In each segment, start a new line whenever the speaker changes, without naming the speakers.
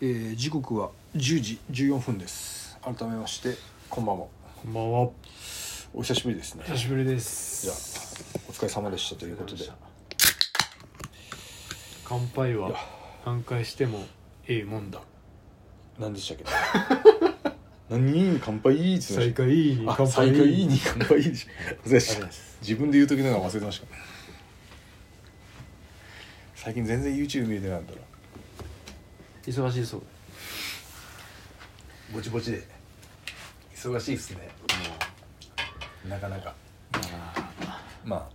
えー時刻は10時14分です改めましてこんばんは
こんばんは。
お久しぶりですね
久しぶりで
じゃあ
す。
お疲れ様でしたということで
乾杯
いや
は何回してもええもんだ。
何でしたっけ 何乾杯いいっつって
再
ま
開いいに
したあ
乾杯
再開いいに乾杯いいでしょ忘れて
ありがとうござい
た
ます
自分で言う時なのが忘れてました最近全然 YouTube 見れてないんだろ
忙しいそう。
ぼちぼちで忙しいっすねなかなかま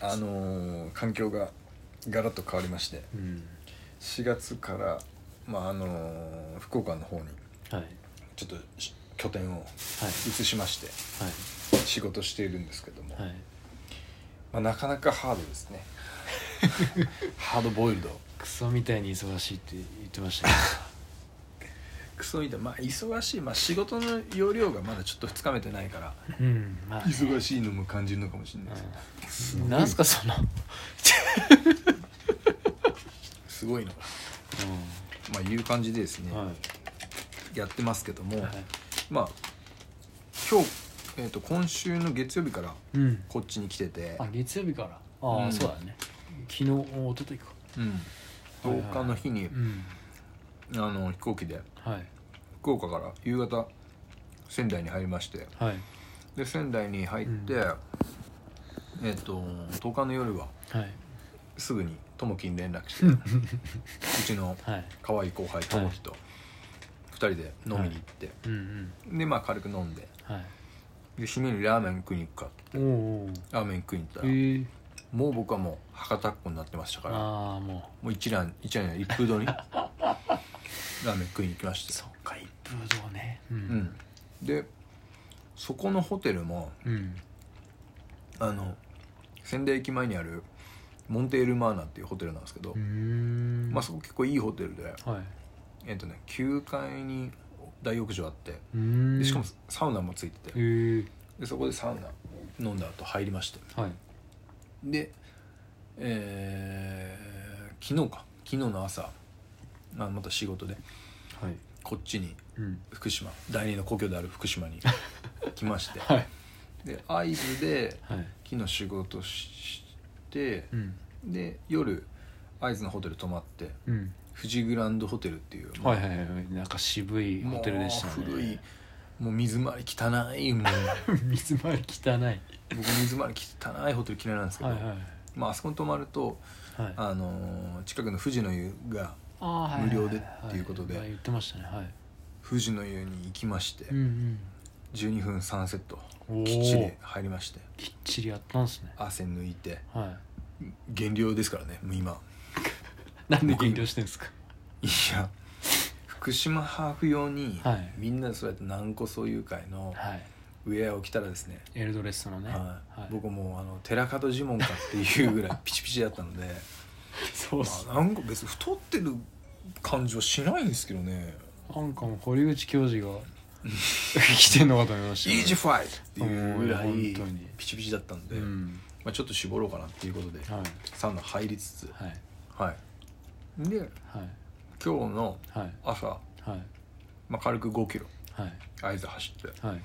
ああのー環境がガラッと変わりまして
うん。
4月から、まああのー福岡の方に
はい。はい。
ちょっとし拠点を移しまして仕事しているんですけども、
はい。はい。
まあ、なかなかハードですね ハードボイルド
クソみたいに忙しいって言ってましたね。
クソみたいまあ忙しい、まあ、仕事の容量がまだちょっとつかめてないから
うん。まあ、ね。
忙しいのも感じるのかもしれないですね
い。なんすかその。うん。
すごいのがまあいう感じでですね、
は
やってますけども、
い。はい。
まあ今日、えー、と今週の月曜日から
うん。
こっちに来てて、
あ月曜日から。ああ、
うん
そうだね。昨日お一昨日か。
うん、10日の日に、
うん。
あの飛行機で
はい。
福岡から夕方仙台に入りまして
はい。
で仙台に入って、
うん
えっ、と10日の夜は
はい。
すぐにともきに連絡してうちの
はい。
可愛い後輩ともきと2人で飲みに行って、
うんうん。
でまあ軽く飲んで
はい。
で締めにラーメン食いに行くか
おうおう。
ラーメン食いに行った
ええ
ら、もう僕はもう博多っ子になってましたからも
ああも
う一蘭一蘭や一風堂にラーメン食いに行きまし
う
て
そっか一風堂ねう
うんんでそこのホテルも
うん
あの仙台駅前にあるモンテールマーナっていうホテルなんですけど、
うーん
まあそこ結構いいホテルで
はい
えっ、とね9階に大浴場あって
うーん
でしかもサウナもついて
へ
て
え
でそこでサウナ飲んだ後入りまして
はい
でえー昨日か昨日の朝まあまた仕事で
はい
こっちに
うん
福島第二の故郷である福島 に来まして
はい
で会津で
はい
昨日仕事して
うん
で夜会津のホテル泊まって
うん
富士グランドホテルっていう、
はいはいはいなんか渋い
もう
ホテルでしたね
古いもう水回り汚いもう
水回り汚いはい
僕水回り汚いホテル嫌いなんですけ
は
ど、
いはい
まああそこに泊まると、
あ
あのー近くの富士の湯が
あーはい
無料でっていうことで
はは言ってましたねはい
富士の湯に行きまして、
うん
12分3セット
うんおー
きっちり入りまして
きっちりやったんすね
汗抜いて
は
減量ですからねもう今
いなんで減量してんですか
いや福島ハーフ用に、
はい
みんなでそうやって南湖そういう会の
はい
ウェアを着たらですね、
エルドレッソのね
はい
はい
僕もうあの寺門ジモンかっていうぐらい ピチピチだったので、
そうっす
まあ、なんか別に太ってる感じはしないんですけどね
なんかもう堀口教授が 来てんのかと思い
「
まし
イ
たよ
ージーファイ!」っていうぐら
うん
い
本当に
ピチピチだったんで、
うん
まあ、ちょっと絞ろうかなっていうことで
はい
サウナ入りつつ
はい
はいで
はい
今日の
はい
朝、
はい
まあ、軽く5キロ
はい
会津走って
はい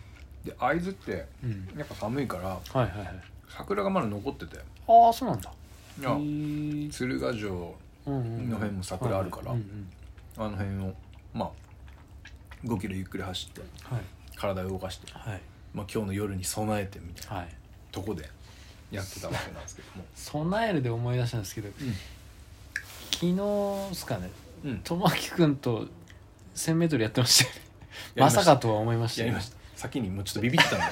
で会津って
うん
やっぱ寒いから
はいはいはい
桜がまだ残ってて
ああそうなんだ
い
へ
や
ー
鶴ヶ城
うんうんうん
の辺も桜あるから
はいはいうん
あの辺をまあ5キロゆっくり走って
うんはい
体を動かして、
はい
まあ、今日の夜に備えてみたいな
はい
とこでやってたわけなんですけども
備えるで思い出したんですけど昨日っすかね
うん、うん、
友明君と 1000m やってましたよね
やりま
ま
した
さかとは思いました
や
よ
りました先にもうちょっとビビってたんだ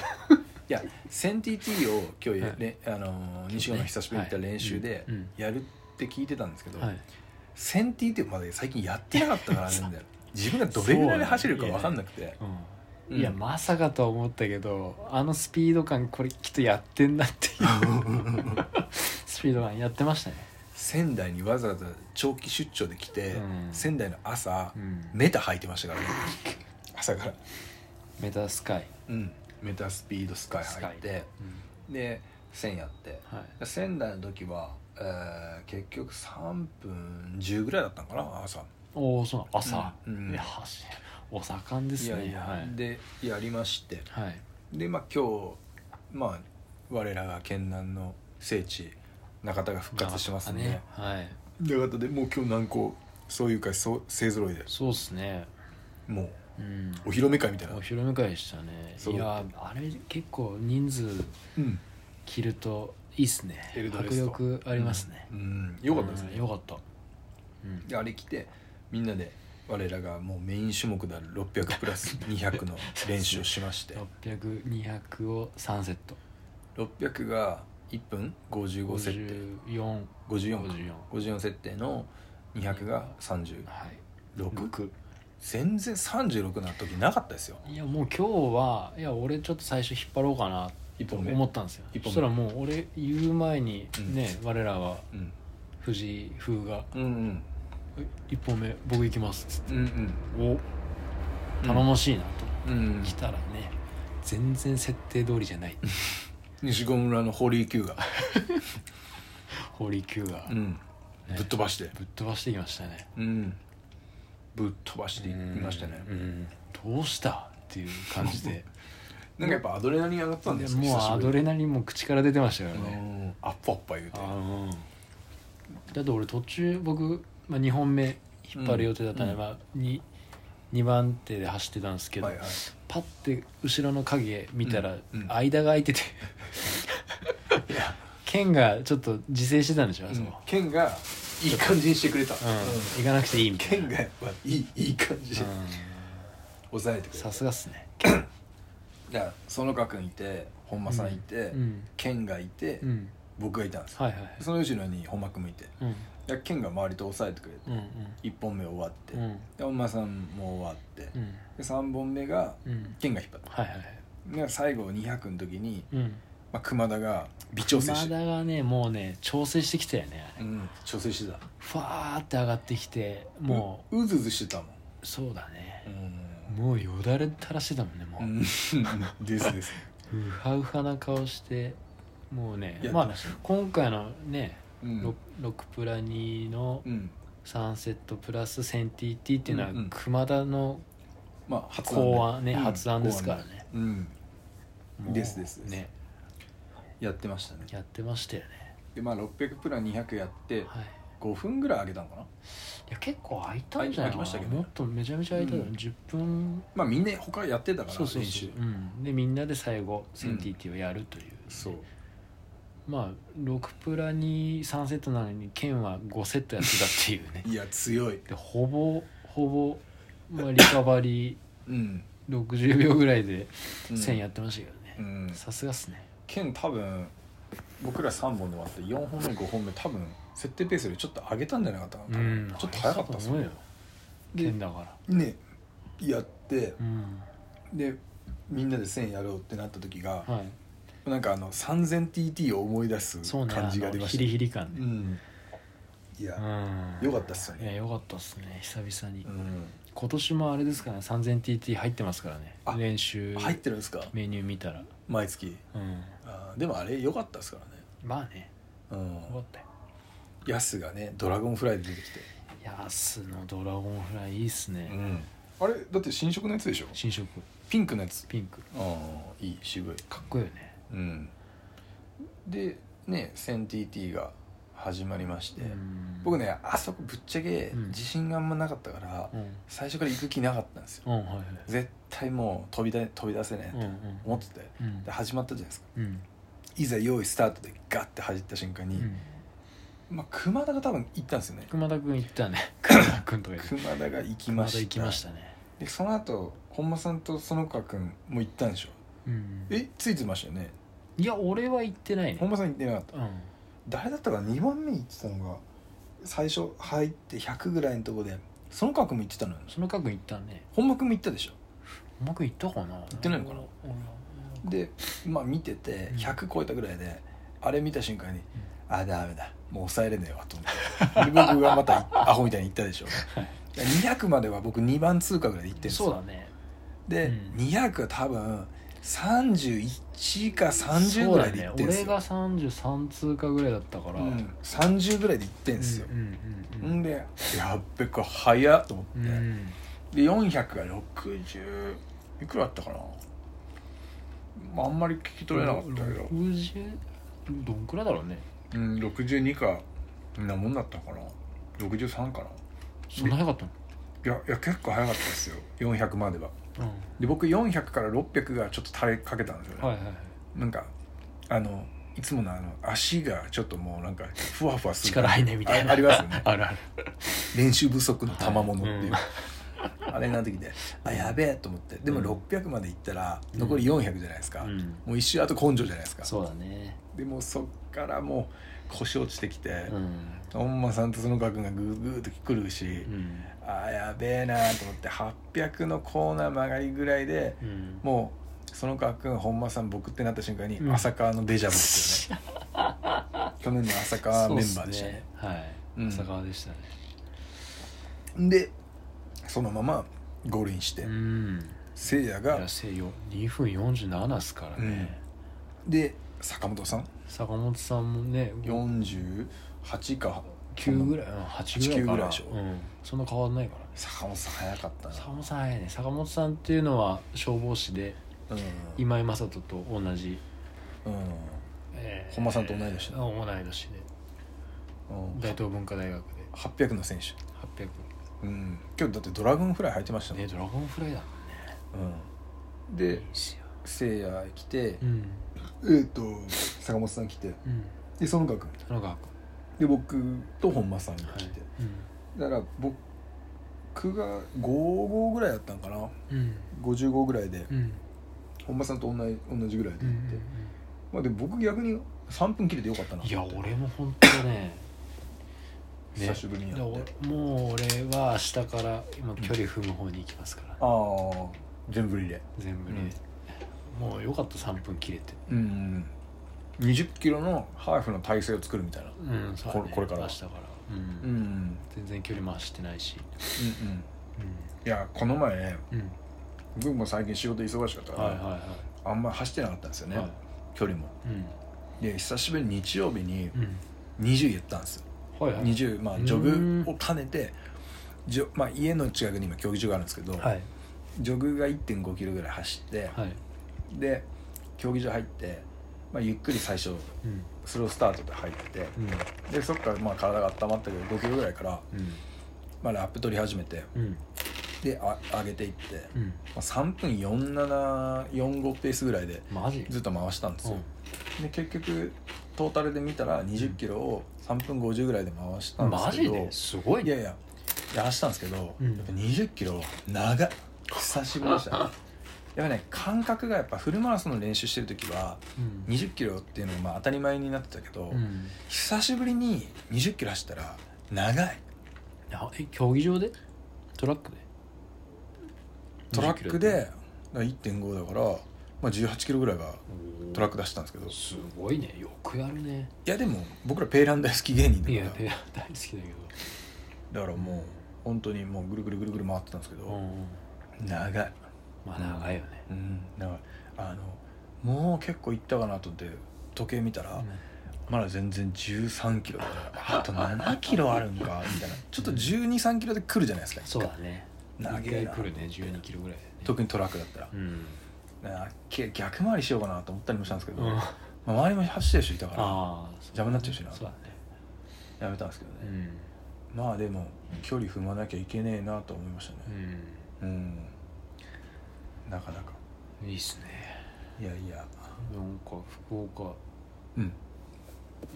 い や 1000TT を今日や、ねあのー西野の久しぶりに行った練習で
うんうん
やるって聞いてたんですけど、
はい
1000TT まで最近やってなかったからねみたいな 自分がどれぐらいで走るか分かんなくて
う
う
ん
ん
いやまさかとは思ったけどあのスピード感これきっとやってんなっていうスピード感やってましたね
仙台にわざわざ長期出張で来て、
うん
仙台の朝、
ん
メタ履いてましたか らね朝から
メタスカイ
うんメタスピードスカイ履い
スカイ
てで1000やって
はい
仙台の時は、えー結局3分10ぐらいだったのかな朝
おおそうなの朝、
うん
いや走お盛んです
い
ね
やいや、
はい、
でやりまして
はい、
でまあ今日まあ我らが県南の聖地中田が復活しますんで
ねはい
中田でもう今日何個そういう会そう勢ぞろいで
そうですね
も
うん
うお披露目会みたいな
お披露目会でしたね
そう
いやあれ結構人数
うん
着るといいっすね
エルドレ
迫
スと
力ありますね、
うんよかったですね
うんよかった、うん
であれ来てみんなで我らがもうメイン種目である600プラス200の練習をしま して
600200を3セット
600が1分55設定
54
54か
54
54設定の200が36
はい
全然36な時なかったですよ
いやもう今日はいや俺ちょっと最初引っ張ろうかな
1
と
本目
思ったんですよ
一本目
そしたらもう俺言う前にね、我らは
うん
藤井風が
うんうん
「1本目僕行きます」っつって
うんうん
お
うん
頼もしいなと、
うん
来たらね全然設定通りじゃない
西郷村の堀井球が、
堀球が、
うん、ぶっ飛ばして、
ぶっ飛ばしてきましたね
うん、ぶっ飛ばしていましたね
うんどうしたっていう感 じで
なんかやっぱアドレナリン上がってたんですよ
もうアド
レ
レナリンも口から出てましたからね、
アップアッパ言うて
あのだって俺途中僕、まあ、2本目引っ張る予定だったんで、
うん
まあ、2, 2番手で走ってたんですけど、
はいはい
パッて後ろの影見たら、
うんうん
間が空いてて
いや
剣がちょっと自制してたんでしょ、あそこ
うんケンがいい感じにしてくれた、
うん
うん
行かなくていいみた
ケ
いな
ンがやっぱいいいい感じで抑えてくれた
さすがっすね
だから園川君いて本間さんいて、
うん
ケンがいて、
うん
僕がいたんですよ、
はいはいはい
その後ろに本間君もいて
うん
だからケンが周りと抑えてくれて、
うん
一1本目終わって、
うんうん
で本間さんも終わって、
うん
で3本目が
うん
ケンが引っ張った
はいはいはい
で最後200の時に、
うん
まあ、熊田が微調整して
熊田がねもうね調整してきたよねあ
う
れ
ん調整してた
ふわーって上がってきても
ううずうずしてたもん
うそうだね
う
もうよだれ垂らしてたもんねも
んです です
ううはうはな顔してもうね
やって
まあ
ましたね
今回のね
う
6,
ん
プラ2の
うん
3セットプラス 1000TT っていうのは
うんうん
熊田の
まあ発案
考案ね
うん
発案ですからね
考案うん
もう
ですですです
ね
やってましたね
やってましたよね
でまあ600プラン200やって
はい
5分ぐらい上げたのかない
や結構空いたんじゃな
空い
いか
てましたけ
な
どね
もっとめちゃめちゃ空いたの、
うん
10分
まあみんな他やってたから
そうそう
練
そう
習、
うん、でみんなで最後 1000TT をやるという、
そう
まあ6プラに3セットなのに剣は5セットやってたっていう ね
いや強い
でほぼほぼ、まあ、リカバリ
うん
ー60秒ぐらいで
うん
1000やってましたけど
う
ね
ん
さすがっすね
剣多分僕ら3本で終わって4本目5本目多分設定ペースよりちょっと上げたんじゃなかったか
う
な、
ん
ちょっと早かったです
思うよ剣だから
ねやって
うん
でみんなで1000やろうってなった時が、
はい
なんかあの 3000TT を思い出す
そうね
感じが
あ
出
の
ま
ヒ
した
リヒリ感
う
ね、
んいや、
うん
よかったっすよ
い
ね
やよかったっすね久々に、
うん
今年もあれですかね 3000TT 入ってますからね
あ
練習
入ってるんですか
メニュー見たら、
毎月
うん、
あーでもあれ良かったですからね
まあね
うん
よかったよ
ヤスがねドラゴンフライで出てきて、
ヤスのドラゴンフライいいっすね、
ん、あれだって新色のやつでしょ
新色
ピンクのやつ
ピンク
ああいい渋い
かっこいいよね、
うんでね 1000TT が始まりまして、
うん
僕ねあそこぶっちゃけ
うん
自信があんまなかったから、
うん、
最初から行く気なかったんですよ
うん、はいはい
絶対もう飛び出飛び出せね
う
え
んう
と
ん
思ってて
うん
で始まったじゃないですか
うん
いざ用意スタートでガッて走った瞬間
う
に、
ん
まあ、熊田が多分行ったんですよね
熊田君行ったね熊田君とか行った
熊田が行き
熊
ま
田
した
行きましたね
でその後本間さんと園川君も行ったんでしょ
うん
えついてましたよね
いや俺は行ってない
本間
ね
さん行ってなかった
うん
誰だったか2番目に行ってたのが最初入って100ぐらいのとこで園川君も行ってたのよ
その角行ったね
本間君も行ったでしょ
うまくいったかな行
ってないのかなでまあ見てて
うん
100超えたぐらいであれ見た瞬間にあダメだもう抑えれねえわと思ってで僕がまたアホみたいに行ったでしょ200までは僕2番通過ぐらいで行ってるんですよ
そうだね
で、
うん
200は多分31か30ぐらいで行ってんす
そ
よ、
うだね俺が33通過ぐらいだったから、
うん、30ぐらいで行ってんすよ
う、んうんうん
んでやっべこれ早っと思って、
うん、
で400が60いくらあったかな、まあ、あんまり聞き取れなかったけど、
60どんくらいだろうね
うん、62かんなもんだったかな63かない
そんな早かった
やいや結構早かったですよ400までは
の
で僕400から600がちょっと垂れかけたんですよね、
うんはいはいはい
なんかあのいつものあの足がちょっともうなんかふわふわする
力入んねみたいな
あありますよね
あるある
練習不足の賜物っていう、
は
あれな時であやべえと思ってでも
うん
600までいったら
うん
残り400じゃないですか、
うん
もう一周あと根性じゃないですか
そうだね
でもうそっからもう腰落ちてきて、
うん
本間さんとその君がグーグーと来るし、
うん
あやべえなと思って800のコーナー曲がりぐらいで
うん
もうその川君本間さん僕ってなった瞬間に
うん
浅川のデジャブです よね、去年の浅川メンバーでしたね
そうっすはい、
うん
浅川でしたね
でそのままゴールインして、
うん
せいや
い
が
やせよ2分47っすからね、
で坂本さん
坂本さんもね
48か
9ぐらいうん8ぐら
8 9
いかな
ぐらいでしょ
うん、そんな変わんないからね
坂本さん早かったな
坂本さん早いね坂本さんっていうのは消防士で
うん
今井雅人と同じ、
うん
え
本間さんと同い年だ
だ同い年で
うん
大東文化大学で
800の選手、
800
うん、今日だってドラゴンフライ入ってましたもん
ねドラゴンフライだもんね
うん、で
いいっすよ
せいや来て
う、ん
えっと坂本さん来て
うん
で園川君
田中君
で僕と本間さんが
は
来て、
い
だから僕が55ぐらいだったんかな
うんうん
55ぐらいで
うん
本間さんと同じ同じぐらいで
う
行っ
ん
て、まあ、でも僕逆に3分切れてよかったな
うんいや
って
俺も本当ねね
久しぶりにや
だ
っ
か
て
らもう俺は明日から今距離踏む方に行きますから、
ああ全部リレー
全部ね、もうよかった3分切れて
うん20キロのハーフの体勢を作るみたいな
うんそうだね
これから
明日からうん、
うんうん
全然距離回してないし
うんいやこの前ね
うん、うん、
僕も最近仕事忙しかったから、
はいはいは
あんま走ってなかったんですよ
い
ね、
はい
距離も
うん
で久しぶりに日曜日に
うん
20やったんですよ
はいはい
20まあ
うん
ジョグを兼ねてジョ、まあ、家の近くに今競技場があるんですけど、
はい
ジョグが1 5キロぐらい走って、
はい
で競技場入って、まあ、ゆっくり最初
うん
スロースタートで入って
うん
でそっからまあ体が温まったけど5キロぐらいから、
うん
まあ、ラップ取り始めて
うん
であ上げていって、ま
うん
あ、3分4745ペースぐらいで
マジ
ずっと回したんですよ、で結局トータルで見たら2 0キロを3分50ぐらいで回した
うんん、
です
マ
け
ジ
ど
ですごい
いや
ね
いやいや走ったんですけど、
うん
やっぱ2 0キロ長っ久しぶりでしたねやっぱね感覚がやっぱフルマラソンの練習してる時は
うん
2 0キロっていうのがまあ当たり前になってたけど、
うん
久しぶりに2 0キロ走ったら長い
いやえ競技場でトラックで
トラックで1.5だから、まあ、1 8キロぐらいがトラック出したんですけどい
すごいねよくやるね
やでも僕らペーラン大好き芸人だ
い
か
やペ
ら
ア大好きだけ
だからもう本当にもうぐるぐるぐるぐる回ってたんですけ
どう
ど、
ん
長い
まあ長いよね
うんだからあのもう結構いったかなと思って時計見たら、まだ全然1 3キロだ からあと7キロあるんかみたいなちょっと1 2 3キロで来るじゃないですか
そうだね
長
一
い
回
な
来るね1 2キロぐらいだよね
特にトラックだったら、
うん
あけ逆回りしようかなと思ったりもしたんですけど、
うん
ま
あ
あ、周りも走ってる人いたか
あ
邪魔になっちゃうしな
そうだね
らやめたんですけど
う
ね、
ん
まあでも距離踏まなきゃいけねえなと思いましたねうんなかなか
うんいいっすね
いやいや
なんか福岡
うん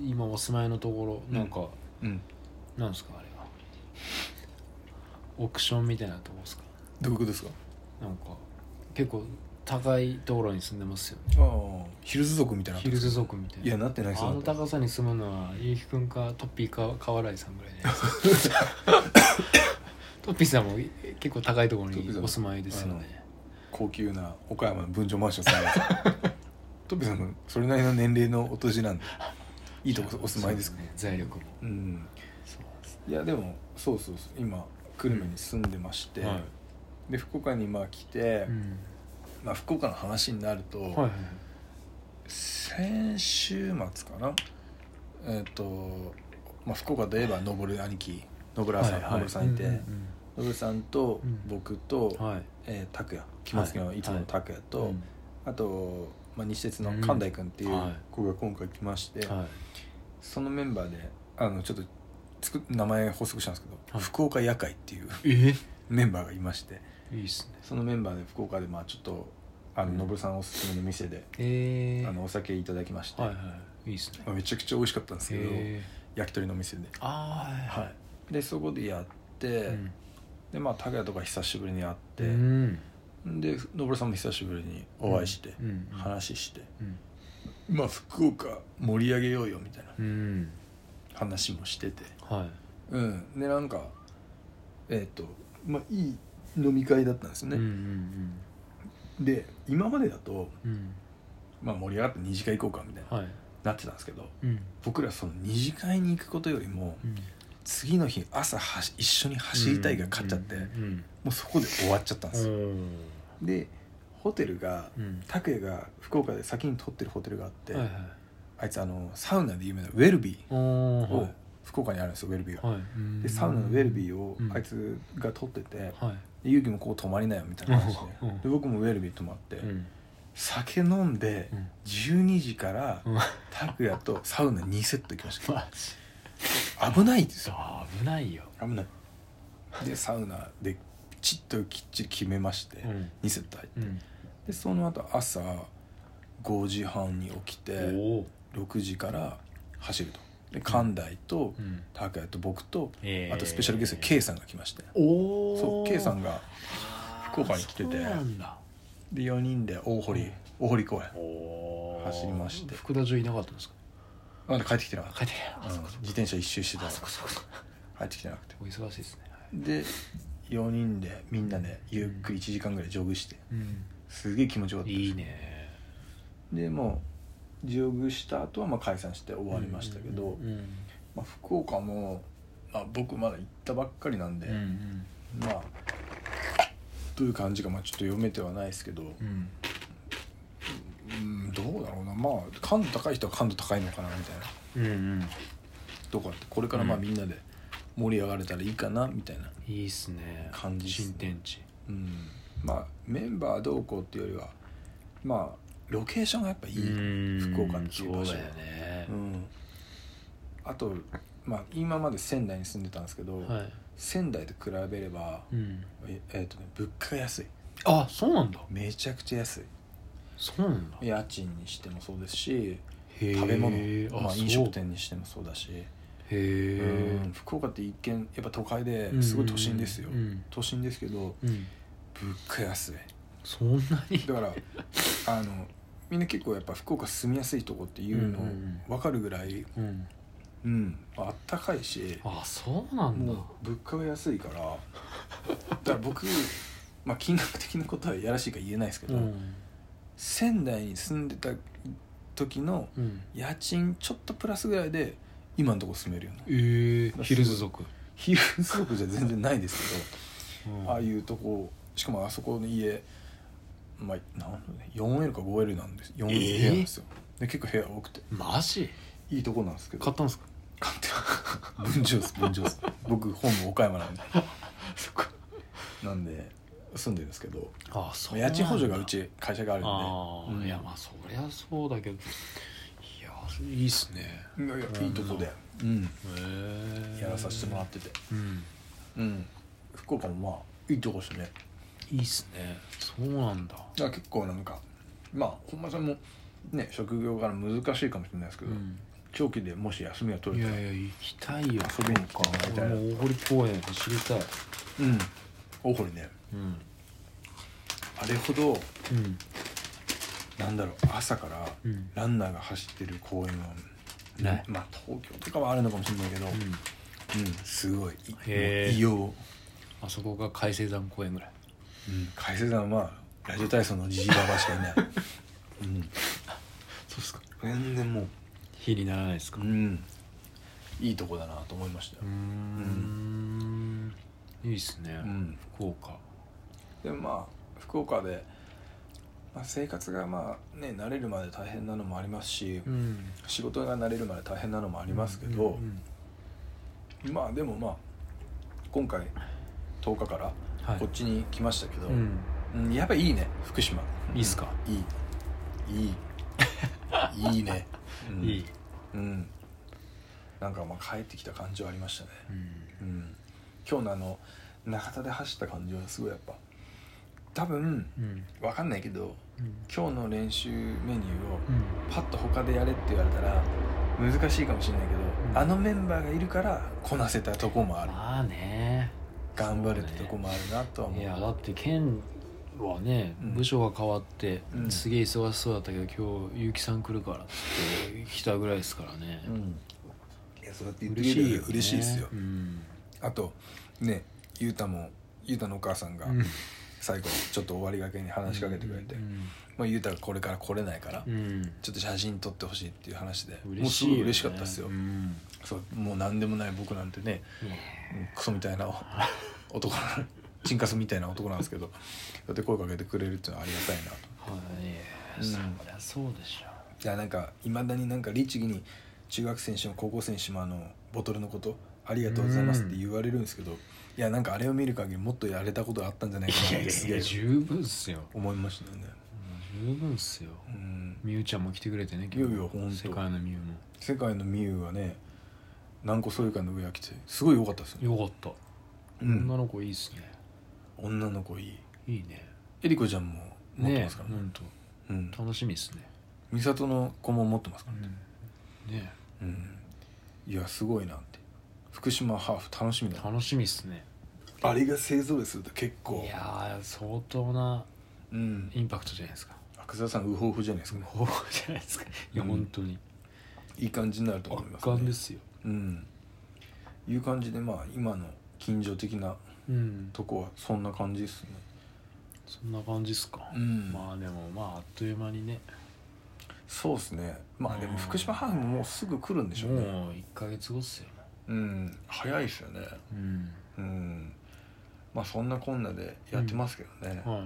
今お住まいのとこ
うん
ろなんか
うん
なんですかあれはオークションみたいなとこですか
どういうことですか
なんか結構高いところに住んでますよね
ああヒルズ族みたいな
ヒルズ族みたいない
やなってないです
あの高さに住むのはゆうきくんかトッピーか川原井さんぐらいじゃないです かトッピーさんも結構高いところ
トッピー
に
さん
お住まいですよね
高級な岡山の分譲マンションさん がトッピーさんもそれなりの年齢のお年 なんでいいとこお住まいですか
ね財力も
うん
そうです
いやでもそうそうそう今久留米に住んでまして、
ねはい
で福岡にまあ来て、
うん
まあ、福岡の話になると、
はいはい
先週末かなえっ、と、まあ、福岡といえば登る兄貴野村さん、
はいはい
登るさんいて、
うん
のぶさんと
うん
僕と、
うんうんはい
えー拓也木松家のいつもの拓也と、
うん
あと、まあ、西鉄の神大君っていう
うんはい
子が今回来まして、
はい
そのメンバーであのちょっとつく名前補足したんですけど、
はい
福岡夜会っていう
え
メンバーがいまして
いいっすね
そのメンバーで福岡でまあちょっとあ
う
の
ん
のぶさんおすすめの店で、
えー、
あのお酒いただきまして、
はいはいいいっすね
まあ、めちゃくちゃ美味しかったんですけど、
え
焼き鳥の店で、
ー、あーはい
は
はい
い、でそこでやって、
うん
でまあ拓也とか久しぶりに会って。
うん
でのぶさんも久しぶりにお会いして、
うんうん
話して、
うん
まあ福岡盛り上げようよみたいな
うん
話もしてて
はい
うんでなんかえっ、とまあいい飲み会だったんですよ
うん
ね、で今までだと、
うんうんうん
まあ、盛り上がって二次会行こうかみたいな、
はい
なってたんですけど
うん
僕らその二次会に行くことよりも、
うん
次の日朝はし一緒に走りたいが勝っちゃって、
うんうん
もうそこで終わっちゃったんで
う
すよ、
ん
でホテルが
うん
拓也が福岡で先に取ってるホテルがあって、
はいはい
あいつあのサウナで有名なウェルビ
おお
ーを福岡にあるんですよウェルビーが。
はいうん
でサウナのウェルビーを
うん
あいつが取ってて
は
「で勇気もここ泊まりなよ」みたいな感じで
うん
で僕もウェルビー泊まっ
い
て
うん
酒飲んで
うん
12時から
うん
拓也とサウナ2セット行きました
マジ
危ないです
そう
よ
危ないよ
危ないでサウナでピチッときっちり決めまして
うん
2セット入って
うん
でその後朝5時半に起きて
おお
6時から走るとで寛大と
うん
拓也と僕と
えー
あとスペシャルゲストで K さんが来まして
おお
そう K さんが
福
福岡に来てて
そうなんだ
で4人で大堀大堀公園
おー
走りまして
福田中いなかったんですか
まだ帰ってきてなかった
帰ってあそこ
うん自転車一周してた
あ
ら
そこそこそこ
帰ってきてなくて
お忙しいですねはい
で4人でみんなでゆっくり1時間ぐらいジョグして
うん
すげえ気持ちよかったです
いいね
でもうジョグした後はまあ解散して終わりましたけど
うんうん
まあ福岡もまあ僕まだ行ったばっかりなんで
うんうん
まあどういう感じかまあちょっと読めてはないですけど
うん
うんどうだろうなまあ感度高い人は感度高いのかなみたいな
うんうん
とかってこれからまあ
うん
みんなで盛り上がれたらいいかなみたいな、
いいっすね
感じっすね
新天地
うん、まあメンバーどうこうっていうよりはまあロケーションがやっぱいい、福
福
岡っていう場所
そうだよね
うんあと、まあ、今まで仙台に住んでたんですけど、
はい
仙台と比べれば
うん
ええーとね、物価が安い
あそうなんだ
めちゃくちゃ安い
そうなんだ
家賃にしてもそうですし
へー
食べ物、まあ、
そう
飲食店にしてもそうだし、
へえ
うん福岡って一見やっぱ都会ですごい都心ですよ、
うんうん
都心ですけど
うん
物価安い
そんな に
だからあのみんな結構やっぱ福岡住みやすいとこっていうの
うんうん
分かるぐらい、
うん
うん、あったかいし
あそうなんだ
もう物価が安いからだから僕、まあ、金額的なことはやらしいから言えないですけど、
うん
仙台に住んでた時の
うん
家賃ちょっとプラスぐらいで今のとこ住めるような
ええヒルズ族
ヒルズ族じゃ全然ないですけどああいううとこしかもあそこの家、まあ、なん 4L か 5L なんです 4L 部屋なんですよ、で結構部屋多くて
マジ
いいとこなんですけど
買ったんですか
買って分譲です分譲です僕本部岡山なんで
そっか
なんで住んでるんですけど
あそうなんだ
家賃補助がうち会社があるんで
ああ
うん
いやまあそりゃそうだけどいやいいっすね
いやいやいいとこで、うん、
へえ
やらさせてもらってて、
うん
うん、福岡もまあいいとこですね
いいっすねそうなんだ
だから結構なんかまあ本間さんもね職業から難しいかもしれないですけ
う
ど、
ん
長期でもし休みが取
い
れ
や
たら
いや行きたいよ
遊びに行こうみたいな
俺も大堀公園走りたい
うん大堀ね
うん
あれほど
うん
なんだろう朝から
うん
ランナーが走ってる公園は、
ない
まあ東京とかはあるのかもしれないけど、うん
うん
すごいい
へー
異様、
あそこが海星山公園ぐらい
うん、海星さんはラジオ体操のじじばばしかいない、うん、
そうっすか
全然もう、
日にならないですか
うん、いいとこだなと思いましたよ
うー、んいいっすね、
うん
福岡
でもまあ福岡でまあ、生活がまあね慣れるまで大変なのもありますし、
うん
仕事が慣れるまで大変なのもありますけど、
うんうん
まあでもまあ今回10日から
はい
こっちに来ましたけど、
うん
うんやっぱいいね福島
いいっすか
いいいいい いね、うん、
いい、
うんなんかまあ帰ってきた感じはありましたね
うん
うん今日のあの中田で走った感じはすごいやっぱ多分
うん
わかんないけど
うん
今日の練習メニューを
うん
パッと他でやれって言われたら難しいかもしれないけど、
うん
あのメンバーがいるからこなせたとこもある
まあね
頑張れたとこもあるなとは思う
いやだって県はね、
うん
部署が変わって、
うん
すげえ忙しそうだったけど今日結城さん来るからっつって来たぐらいですからね、
うんいやそうやって言ってく
嬉し
れ
い
る
よ、ね、
嬉しいですよ、
うん
あとねゆうたもゆうたのお母さんが
うん
最後ちょっと終わりがけに話しかけてくれて、
うん
まあ、ゆうたがこれから来れないから、
うん
ちょっと写真撮ってほしいっていう話でもう
嬉
す
し
ご
いよ、
い
ね、
嬉しかったですよ、
うん
そうもう何でもない僕なんてねうんクソみたいな 男なチンカスみたいな男なんですけどだって声かけてくれるっていうのはありがたいなと
はい、
うん
そりゃそうでしょ
いやなんかいまだになんか律儀に中学選手も高校選手もあのボトルのことありがとうございますって言われるんですけど、いやなんかあれを見る限りもっとやれたことあったんじゃないかなってすげえ
十分っすよ
思いましたね
十分っすよ
うん
みゆちゃんも来てくれてね
いやいやほんと
世界のみゆも
世界のミユはね何個そういうかの上は来てすごい良かったですよ、ね
よかった、
うん
女、の子いいっすね
女の子いい
いいね
えりこちゃんも持って
ね
ますからね
本当
うん、
楽しみですね、
美里の子も持ってますからね、
ね
うん、いやすごいなって福島ハーフ楽しみだな
楽しみっすね
あれが勢ぞろいすると結構
いやー相当な
うん
インパクトじゃないですか
阿久澤さんウホウホじゃないですか、
方法じゃないですかいや、
うん
本当に
いい感じになると思いま
圧
す、ね、
巻ですよ
うんいう感じでまあ今の近所的な
うん
とこはそんな感じですね
そんな感じっすか、
うん
まあでもまああっという間にね
そうですねまあで
う
も
ん
福島ハーフももうすぐ来るんでしょうね
もう1か月後っすよ
うん早いですよね
うん
うんまあそんなこんなでやってますけどね、
はい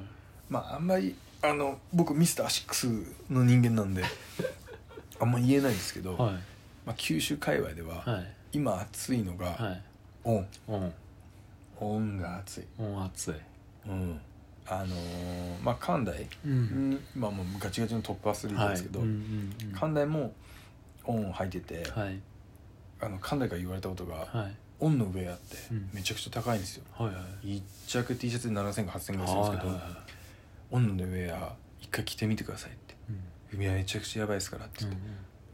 まああんまりあの僕ミスターアシックスの人間なんであんま言えないですけど、
はい
まあ、九州界隈では、
はい
今熱いのが、
はい
オン
うん
オンが熱い、
うん暑い
うん、あのーまあ関大、
う
うん、今もうガチガチのトップアスリート
は
で
い
すけど、
うんうんうん
関大もオン履いてて、
はい
あの関大から言われたことが、
はい
オンの上あって
うん
めちゃくちゃ高いんですよ、
はいはい
一着 T シャツで7000か8000ぐらいするんですけど、
はいはいはい
オンのウェア一回着てみてくださいって
うん
「海はめちゃくちゃやばいですから」って言って、
う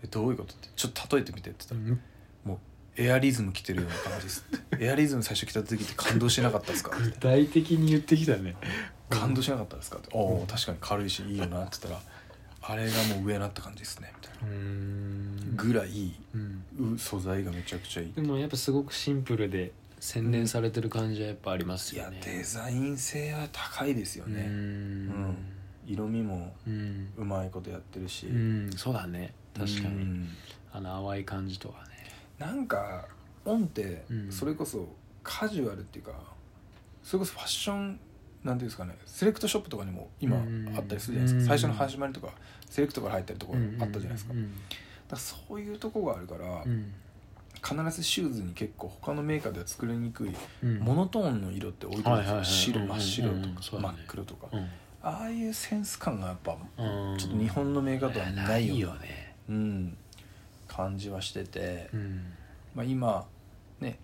えどういうこと?」って「ちょっと例えてみて」って言ったら
んうん
「もうエアリズム着てるような感じです」って エアリズム最初着た時って感動しなかったですか?」って
具体的に言ってきたね
「感動しなかったですか?」って「おお確かに軽いしいいよな」って言ったら「あれがもう上になった感じですね」みたいな
うん
ぐらい
うん
う素材がめちゃくちゃいい
でもやっぱすごくシンプルで洗練されてる感じはやっぱあります
い
よ
や
ね
デザイン性は高いですよ
う
ね
ん
色味も
うん
うまいことやってるし
うんそうだね確か
う
に
ん
あの淡い感じとかね
なんかオンって
うん
それこそカジュアルっていうかそれこそファッションなんていうんですかねセレクトショップとかにも今
うん
あったりするじゃないですか
う
最
ん
初の始まりとかセレクトから入ったりとかあったじゃないですか
う
だか
ん
らそういうとこがあるから
うん
必ずシューズに結構他のメーカーでは作りにくい
うん
モノトーンの色って置いて
は
る
い
ん
は
で
い
す
は
よ白
いうん
真っ白
うん
と
うんそう
か
だ
真っ
ね
黒とか
うん
ああいうセンス感がやっぱ
うん
ちょっと日本のメーカーとはないよ
ね
うん感じはしてて
うん
まあ、今ね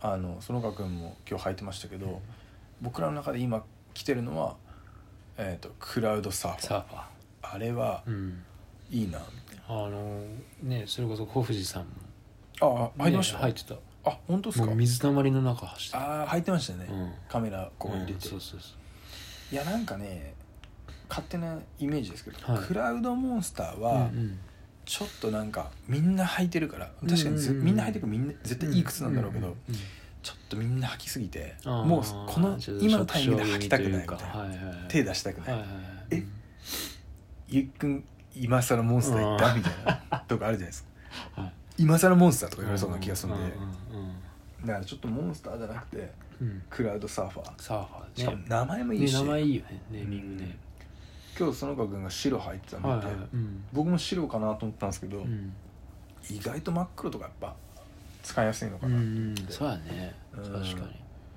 あの園川君も今日履いてましたけど、僕らの中で今着てるのは、えー、とクラウドサーファー
サーファ
あれは
ーうん
いいな、
あのねそれこそ小藤さんも
ああ履いてました、
ね入ってた
あ本当ですか
もう水たまりの中走ってた
ああ履いてましたね、
うん
カメラここに入れ
うん
て、
そう
い
そうそ
やなんかね勝手なイメージですけど、
はい
クラウドモンスター
う
は
うんうん
ちょっとなんかみんな履いてるから確かにず、
うんうんうん
みんな履いてるからみんな絶対いい靴なんだろうけど、
んんん
ちょっとみんな履きすぎて
あー
もうこの
ちょっと
今のタイミングで履きたくないみたい
シ
な
ョック衝撃とうかはいはいはい
手出したくない、
はいはいはい
えゆっくん今更モンスター行ったみたいなとかあるじゃないですか
はい
今更モンスターとか言われそうな気がするんで
うんうん
だからちょっとモンスターじゃなくて
うんうん
クラウドサーファー
サーファーね
しかも名前もいい
ね
し、
名前いいよねネーミングね
今日園川君が白入ってた
は
の
い
で、
はいうん
僕も白かなと思ったんですけど、
うん
意外と真っ黒とかやっぱ使いやすいの
う
かな、
んそうやね
うん
確か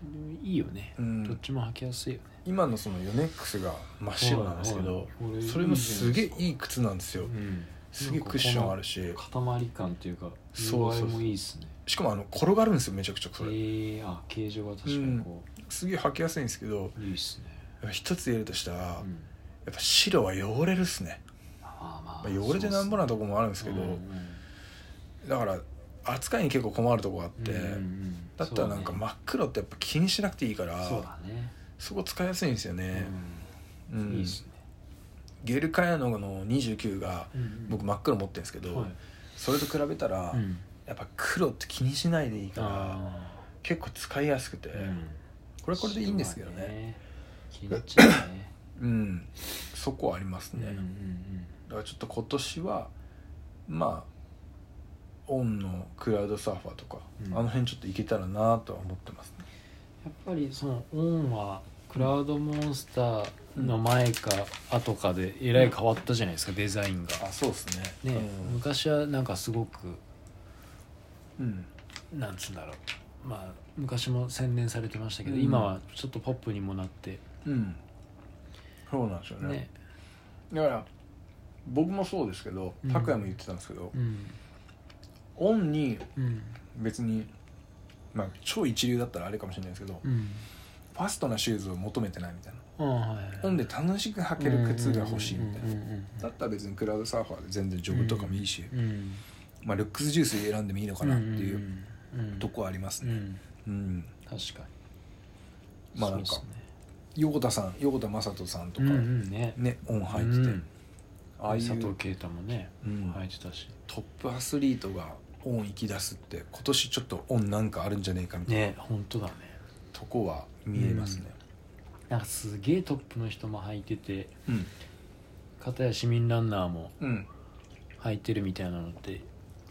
にいいよね
うん
どっちも履きやすいよね
今のそのヨネックスが真っ白なんですけ
はい
ど
はい
それもすげえ
これい
い
い
い靴なんですよ、
うん
すげえクッションあるし
塊感というか
そうそうそう
色合いもいいですね
しかもあの転がるんですよめちゃくちゃ
え
それ、
ー、あ形状が確かにこ
すげえ履きやすいんですけど
ういいですね、
一つ言えるとしたら、
う
や
ん、
っぱ白は汚れるっすね、
まあ
ま
ま
あ、汚れてなんぼなとこもあるんですけど、
そうっすね
だから扱いに結構困るとこがあって、
うんうんうんうん
だったらなんか真っ黒ってやっぱ気にしなくていいから
そうだね
そこ使いやすいんですよ
そう
ね
だね、
うん
うんいいですね
ゲルカヤノの29が僕
マ
真っ黒持ってるんですけど、それと比べたら、
うん
やっぱ黒って気にしないでいいから
あ
結構使いやすくて、
ーうん
これはこれでいいんですけどね
気になっちゃうね
うんそこはあります
うん
ね、
うんう
だか
ん
らちょっと今年はまあオンのクラウドサーファーとか、
うん
あの辺ちょっといけたらなとは思ってますね
やっぱりそのオンはクラウドモンスターの前か後かでえらい変わったじゃないですかデザインが
あそうですね
ね、昔はなんかすごく
うん、うん
なんつうんだろうまあ昔も洗練されてましたけど、
うん
今はちょっとポップにもなって
うんそうなんですよね
ね
だから僕もそうですけど
うん
拓哉も言ってたんですけど、
うん
オンに
うん
別にまあ超一流だったらあれかもしれないですけど、
うん
ファストなシューズを求めてないみたいな
ああはい
オンで楽しく履ける靴が欲しいみたいな、
うんうんうん
だったら別にクラウドサーファーで全然ジョブとかもいいし、
うんうん
まあ、ルックスジュース選んでもいいのかなっていうん
うんうん
とこはあります
う
ね
ん
うん、
確かに
まあなんか
そうっすね
横田さん横田雅人さんと
う
か、
んうんね
ねオン履いてて、
うん
ああいう、
佐藤啓太もね
うん
入ってたし
トップアスリートがオン行き出すって今年ちょっとオンなんかあるんじゃねえかみたいな、
ね本当だね
とこは見えますね、
なんかすげえトップの人も履いてて
うん
片や市民ランナーも
うん、
履いてるみたいなのって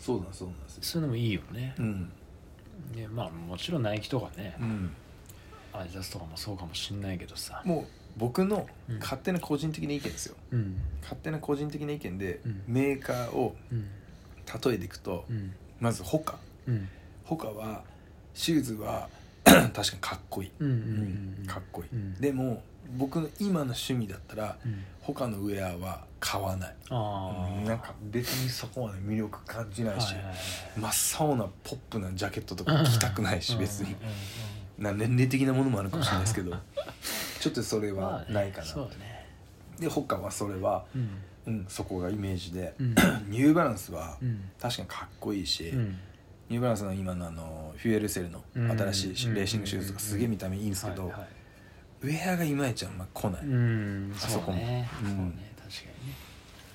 そうなんそうなんですよ
そういうのもいいよね
うん
ねまあもちろんナイキとかね
うん
アイザスとかもそうかもしんないけどさ
もう僕の
うん
勝手な個人的な意見ですよ、
うん
勝手な個人的な意見で、
うん
メーカーを
うん
例えていくと、
うん
まずホカ
うん
ホカはシューズは 確かにかっこいい、
うんうん
うんかっこいい、
うん
でも僕の今の趣味だったら
うん
ホカのウェアは買わない、
ああ
なんか別にそこまで魅力感じないし、
はいはいはい
真っ青なポップなジャケットとか着たくないし
うん
別に
うんうん
な年齢的なものもあるかもしれないですけど ちょっとそれ
うんま
は
あね
ないかな、
そうだね
でホカはそれは、
うん
うん、そこがイメージで、
うん
ニューバランスは
うん
確かにかっこいいし、
うん
ニューバランスの今のあのフュエルセルの新しい
うん
レーシングシューズとかすげえ見た目いいんですけ
はい
ど
はい
ウェアがいまいちあんま来ない、
うん
あそこ
そうね
う
そ
ん
うね確かにね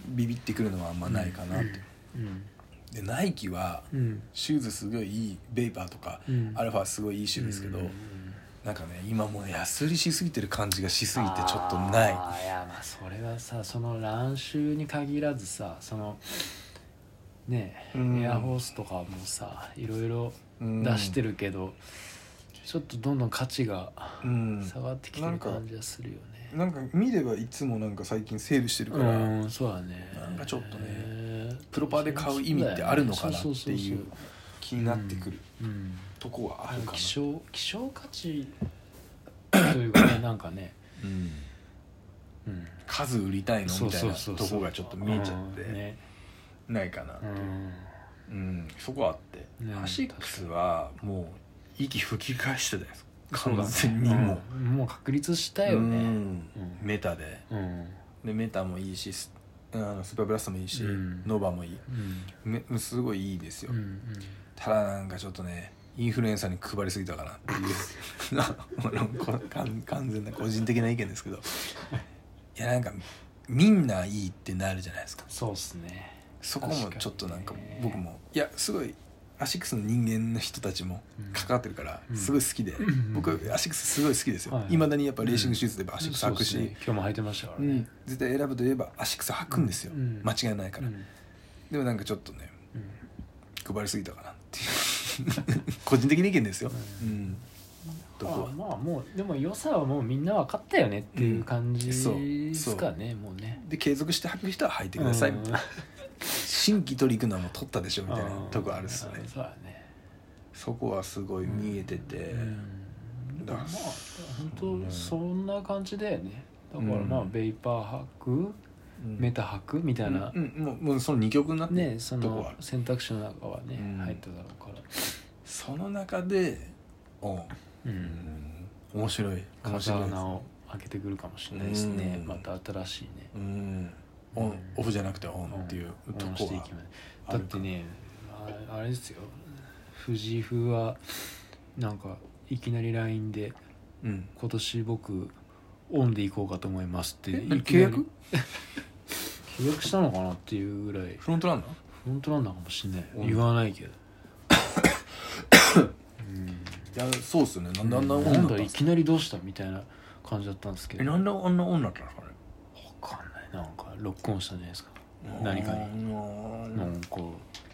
ビビってくるのはあんまないかなって、
うん
でナイキは
うん
シューズすごいいいベイパーとか、
うん
アルファすごいいいシューズですけど、
うん
なんかね今もう安売りしすぎてる感じがしすぎてちょっとない
あーいやまあそれはさその乱臭に限らずさそのねえ、
うん
エアホースとかもさいろいろ
うん
出してるけど、ちょっとどんどん価値が
うん
下がってきて
な
る
んか
感じはするよね
なんか見ればいつもなんか最近セールしてるか
う
ら、
んそうだね
なんかちょっとねプロパで買う意味ってあるのかなっていう
そそそそ
気になってくる
う、うん、
とこはあるかな
希、少希少価値とい うかねなんかね、
うん
うん、
数売りたいの
そう
みたい
そう
な
そう
とこがちょっと見えちゃって、
うんね
ないかなって
う
いう、
ん
うんそこはあって、
ね
アシックスはもう息吹き返してたよ完全に
そうだね
もう
うんもう確立したよ
う
ね
ん
うん
メタで
うん
でメタもいいしスあのスーパーブラストもいいし、
うん
ノバもいい
うん
めすごいいいですよ、
うんうん
ただなんかちょっとねインフルエンサーに配りすぎたかなっていう なあのこれ完完全な個人的な意見ですけ どいやなんかみんないいってなるじゃないですか
そうっすね
そこもちょっとなんか
確かにね
僕もいやすごいアシックスの人間の人たちも
うん
関わってるから
うん
すごい好きで、
うん
僕アシックスすごい好きですよ、
はい
いまだにやっぱレーシングシューズでやっぱアシックス履くし、
そうっすね今日も履いてましたから
う
ね、
ん、絶対選ぶといえばアシックス履くんですよ、
うん
間違いないか
う
ら、
ん
でもなんかちょっとね
う ん
配りすぎたかなっていう個人的な意見ですよ、うんと
ま
こ
あ
は
まあもうでも良さはもうみんな分かったよねっていう感じ
うん
で
そう
すかね、もうね
で継続して履く人は履いてください
うん
みたいな新規取り行くのはもう取ったでしょみたいな
うん
とこあるっすよね
そうだね
そこはすごい見えてて
うん
だ
まあ
う
本
ん
当そんな感じだよねだから
うん
まあベイパー吐く
うん
メタ吐くみたいな、
うんうんもうもうその2曲になってる
ねそ
とこ
の
はある
選択肢の中はね、
うん
入っただろうから
その中でおう
うん
面白い面
風
白いです
穴を開けてくるかもしれないですね、
うん
また新しいね
うんオンオフじゃなくてオンっていうと
うん
こ
してい
は
きます
あ
だ
る
ってねああれですよ藤井風はなんかいきなり LINE で
うん
「今年僕オンで行こうかと思います」って
え
いきなり
契約
契約したのかなっていうぐらい
フロントランナー
本当なんだかもしんない
うん
言わないけど
いやそうっすよねな
うん
んであんな
な
オン
ん
だっ
だ
たん
い
すか
きなりどうしたみたいな感じだったんですけ
え
ど
なんであんなオンだったんですかね
わかんないなんかロックオンしたんじゃないですか何かに
に
なんか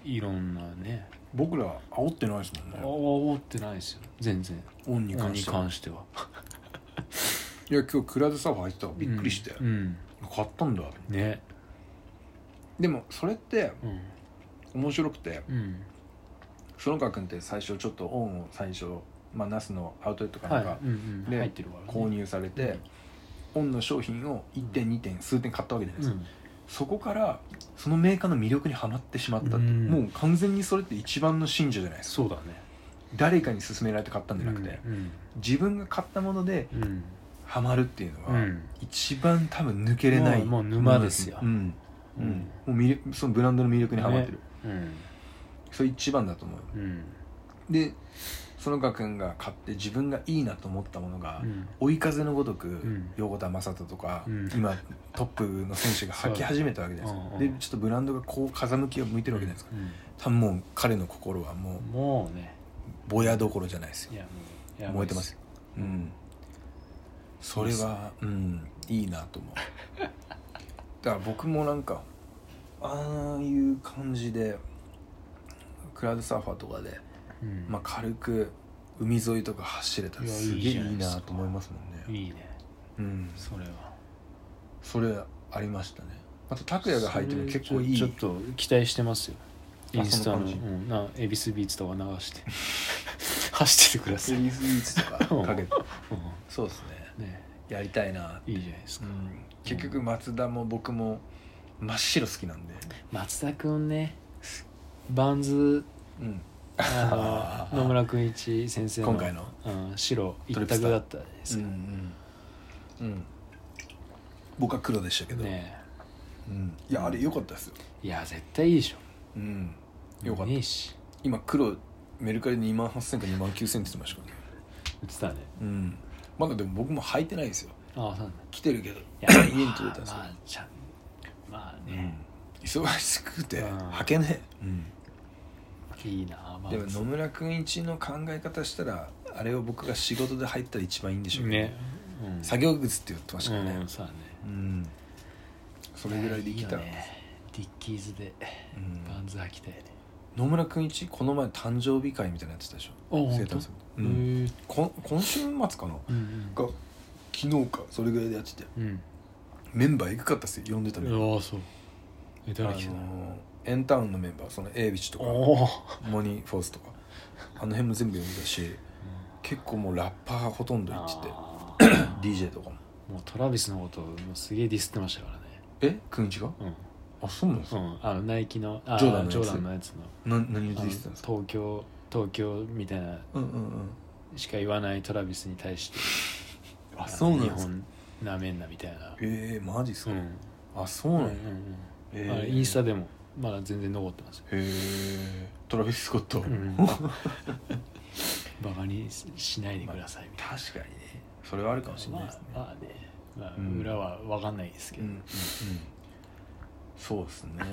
いろんなね
僕ら煽ってないです
あ
もんね
おってないですよ全然
オンに
に関
関しては
してはい
や今日クラウドサーファー入ってたからびっくりして、
うん
買ったんだ
うんね
でもそれって
うん
面白くて
うん
園川君って最初ちょっとオンを最初、まあ、ナスのアウトレットかな
は
んか
い、うんうん、
で
入ってるから、ね、
購入されて、オンの商品を1点2点数点買ったわけじゃないで
う
すか、
ん
そこからそのメーカーの魅力にはまってしまったって、
うん
もう完全にそれって一番の信者じゃないですか
そうだね
誰かに勧められて買ったんじゃなくて、
うん
自分が買ったもので
うん
ハマるっていうの
う
は、
ん
一番多分抜けれない
もうもう沼ですよ
うん、
う
うんんもう魅力そのブランドの魅力にはまってる、
うん
それ一番だと思う
うん
で園川君が買って自分がいいなと思ったものが、
うん
追い風のごとく、
ん
横田正人とか、
うん
今トップの選手が履き始めたわけじゃないですか、
そうだねうん
で
うん
ちょっとブランドがこう風向きを向いてるわけじゃないですか、多分もう彼の心はもう
うんもうね
ぼやどころじゃないですよ
いやもうやばい
燃えてますようんそれはうんいいなと思うだから僕もなんかああいう感じでクラウドサーファーとかで、
うん
まあ、軽く海沿いとか走れたら
いや
すげえ
いいじゃない
いい
ですか
なと思いますもんね
いいね
うん
それは
それありましたねあと拓哉が履いても結構い
それ
い
ちょっと期待してますよインスタの
あその感じ
うん、な恵比寿ビーチとか流して 走っててくだ
ス
さい、
リースイーツ とかかけて
う
そうですね
んね
やりたいな、
いいじゃないです
う
か、
ん、結局松田も僕も真っ白好きなんで
松田君ねバンズ
うん
あの野村君一先生の
今回の
うん、白一択だったです
う
よ、
んうん、うん、僕は黒でしたけど、
ね
うん、いやあれ良かったですよ、
いや絶対いいでしょ
うん、よかった
いいし
今黒メルカリで2万8000か2万9000って言ってましたからね
言ってたね
うんまだでも僕も履いてないですよ
ああそうなんだ
来てるけど
いや
家に届いたんですよ
まあちゃんまあ
う
ね
ん、忙しくて
うん
履けねえ、
いいなまあ
でも野村君一の考え方したらあれを僕が仕事で入ったら一番いいんでしょうけど
ね、うん、
作業靴って言ってましたからね
うんそうだね
うん、それぐらいできたら
いいよねディッキーズで
うん
バンズ履きたいね
野村君一この前誕生日会みたいなのやってたでし
あ
ょ
本
生
当
誕祭
う
うん
ん
こん今週末かな
うん
が昨日かそれぐらいでやってて
うん
メンバーエグかったっすよ呼んでたメンバー
ああそうえ
あ
誰
の
来てた
ー
の
エンタウンのメンバーその A ビチとか
おお
モニーフォースとかあの辺も全部呼んでたし結構もうラッパーがほとんど行ってて
あ ー
DJ とかも
もうトラビスのこともうすげえディスってましたからね
え君一が
う
あそうなんですか
ん、うん、あのナイキのあ
ジョーダンのやつ
ジョーダンのやつ
な何
の
を
あ
デ
の
ィスってたんですか
東京東京みたいな
うんうんうん
しか言わないトラビスに対して
あ
の
そうなんですか
日本なめんなみたいな
えー、マジです
う
か、
ん
あそう
う
なんん
う
や、
ん
え
うん
ー
あれインスタでもまだ全然残ってますよ
へえトラビス・スコット、
うん、バカにしないでくださいみたい
確かにねそれはあるか
な、
もしれないですね、
まあまあね、まあ
うん
裏は分かんないですけ
う
ど、
んうんうんそうですね、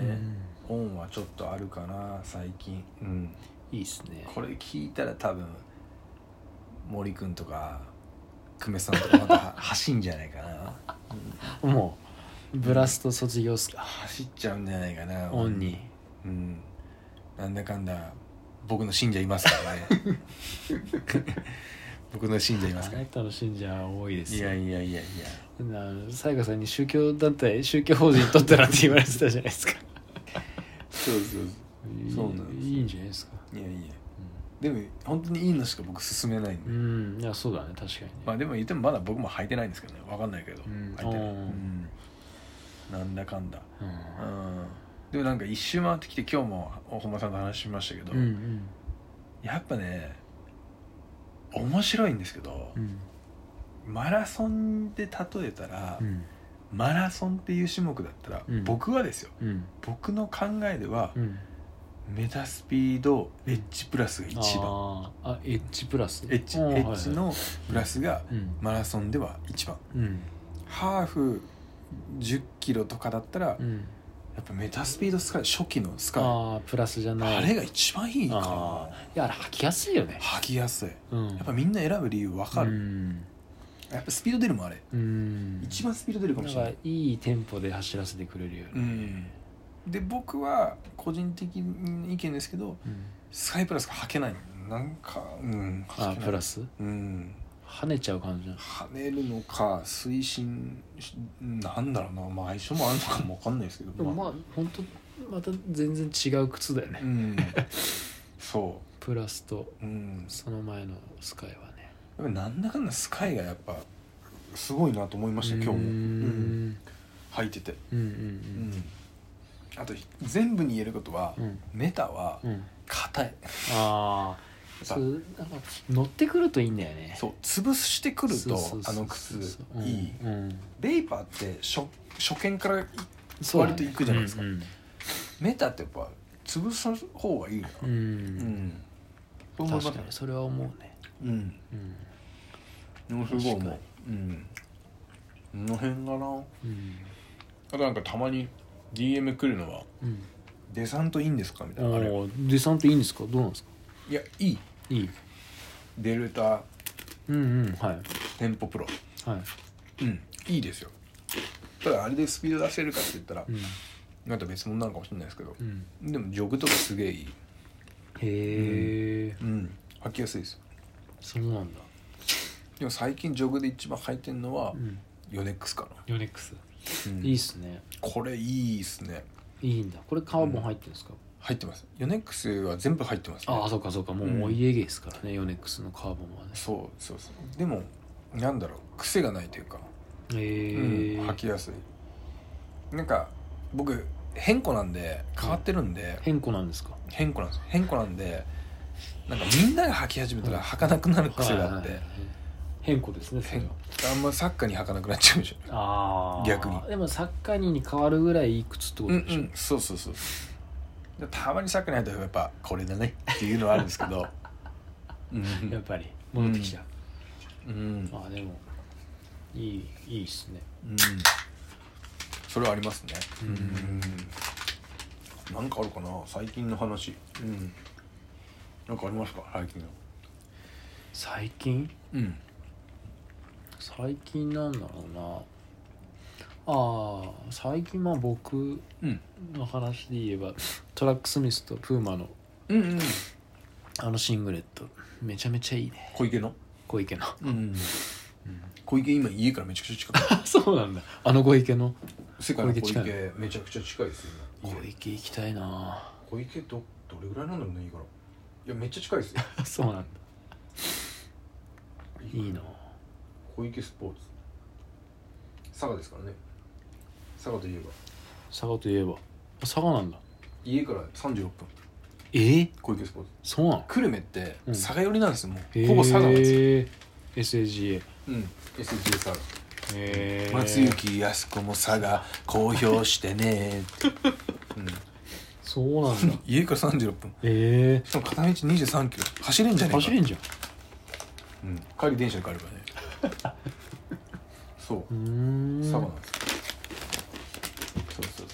う
オ
ん
ンはちょっとあるかな最近、うん、
いいっすね
これ聞いたら多分森くんとか久米さんとかまた走んじゃないかな
もうブラスト卒業っすか、
走っちゃうんじゃないかな
オンに
うん なんだかんだ僕の信者いますからね僕の信者いますか
あ
ら
ないたの信者は多いですよ
やいやいやいや
な西郷さんに宗教団体宗教法人取ったらって言われてたじゃないですか
そうそうそうなんです
いいいんじゃないですか
いやいやでも本当にいいのしか僕勧めないん
う
で、
ん、うんいやそうだね確かにね、
まあでも言ってもまだ僕も履いてないんですけどねわかんないけど、
う
履
ん
いてない、
おー
うんなんだかんだう
うん
んでもなんか一周回ってきて今日も本間さんと話しましたけど、
うんうん
やっぱね面白いんですけど、
うん
マラソンで例えたら、
うん
マラソンっていう種目だったら、
うん
僕はですよ
うん
僕の考えでは、
うん
メタスピードエッジプラスが一番
あーあエッジプラス
エッジエ
あーはいはい
ッジのプラスが
うん
マラソンでは一番
うん
ハーフ10キロとかだったら、
う
や
ん
っぱメタスピードスカイ初期のスカイあ
ああプラスじゃない
れが一番いい
あ
か
ーいやあれ履きやすいよね
ら履きやすい
うん
やっぱみんな選ぶ理由分かる、
うん
やっぱスピード出るもんあれ
うん
一番スピード出るかも
なん
しれな
か
い、
いいテンポで走らせてくれるよ
う
ね
ん、で僕は個人的な意見ですけど
うん
スカイプラスが履けないなんかうん履けな
あ
い
ープラス
うん
跳ねちゃう感じなの
跳ねるのか推進しなんだろうな、まあ、相性もあるのかも分かんないですけ
で
ど
もまあ本当また全然違う靴だよね、
うんそ
プラスと
ううん
その前のスカイはね
やっぱなんだかんだスカイがやっぱすごいなと思いました今日も、
うー
うん、
ん
履いてて、
うんう
うんん、あと全部に言えることは、
うん
メタは
うんうん
硬 い
ああそうなんか乗ってくるといいんだよね
そう潰してくる
そう
と
そうそ
あ
う
の靴
そう
いい
うんうん
ベイパーって初初見からい
そうだね
割といくじゃないですか、
うん
メタってやっぱ潰す方がいいな
うん
う
うん
んそう思いま
確
す
かにそれは思うね
うん
うん
でもすごい
確
思
か
ううんこの辺がな
うん
あとなんかたまに DM 来るのは
うん
「デサントいいんですか?」みたいなあれ
おーデサントいいんですかどうなんですか
いやいい
いい
デルタ
うんうんはい
テンポプロ
はい
うんいいですよただあれでスピード出せるかって言ったら
うん
また別物なのかもしれないですけど
うん
でもジョグとかすげえいい
へえ
うん履きやすいです
そうなんだ
でも最近ジョグで一番履いてんのは
うん
ヨネックスかな、
ヨネックス
うん
いいっすね
これいいっすね
いいんだこれカーボン入ってるんですか、
入ってますヨネックスは全部入ってます、ね、
ああそうかそうかも
うん
うお家芸ですからね、ヨネックスのカーボンはね
そうそうそうでもなんだろう癖がないというか、
へえ
うん、履きやすいなんか僕変更なんで変わってるんで、
変更なんですか
変更なんですよ変更なんでなんかみんなが履き始めたら履かなくなる癖があって、
はいはいはい変更ですねそれは
変あんまサッカーに履かなくなっちゃうでしょ
ああ
逆に
でもサッカーにに変わるぐらいいい靴って
う
こと
んう
でしょ、
んそうそうそうでたまにサッカーに入ったらやっぱこれだねっていうのはあるんですけ どうん
やっぱり戻ってきちゃう、
うん
ああでもいいいいっすね
うんそれはありますね
うん
なんかあるかな最近の話うんなんかありますか最近の
最近
うん
最近なんだろうなああ最近まあ僕
うん
の話で言えばトラックスミスとプーマの
うんうん
あのシングレットめちゃめちゃいいね
小池の
小池の
うん小池今家からめちゃくちゃ近 く
そうなんだあの小池の
世界の小
小池近
池めちゃくちゃ近いですよ
小
今
池行きたいな
小池どどれぐらいなんだろうね家からいやめっちゃ近いです よ
あそうなんだいいな
小池スポーツ佐賀ですからね佐賀といえば
佐賀といえば佐賀なんだ
家から36分
えー、
小池スポーツ
そうなの
久留米って
うん
佐賀寄りなんですよ、もうほぼ佐賀なんですよ、
へー SAGA
うん SG 佐賀
えー、
松雪靖子も佐賀公表してねーって、 うん、
そうなん だ
家から36分
え
しかも片道23キロ走れんじゃねえ
ー、
か
走れんじゃん
うん、帰り電車で帰るからねそう
うーん
佐賀なんですよそうそうそう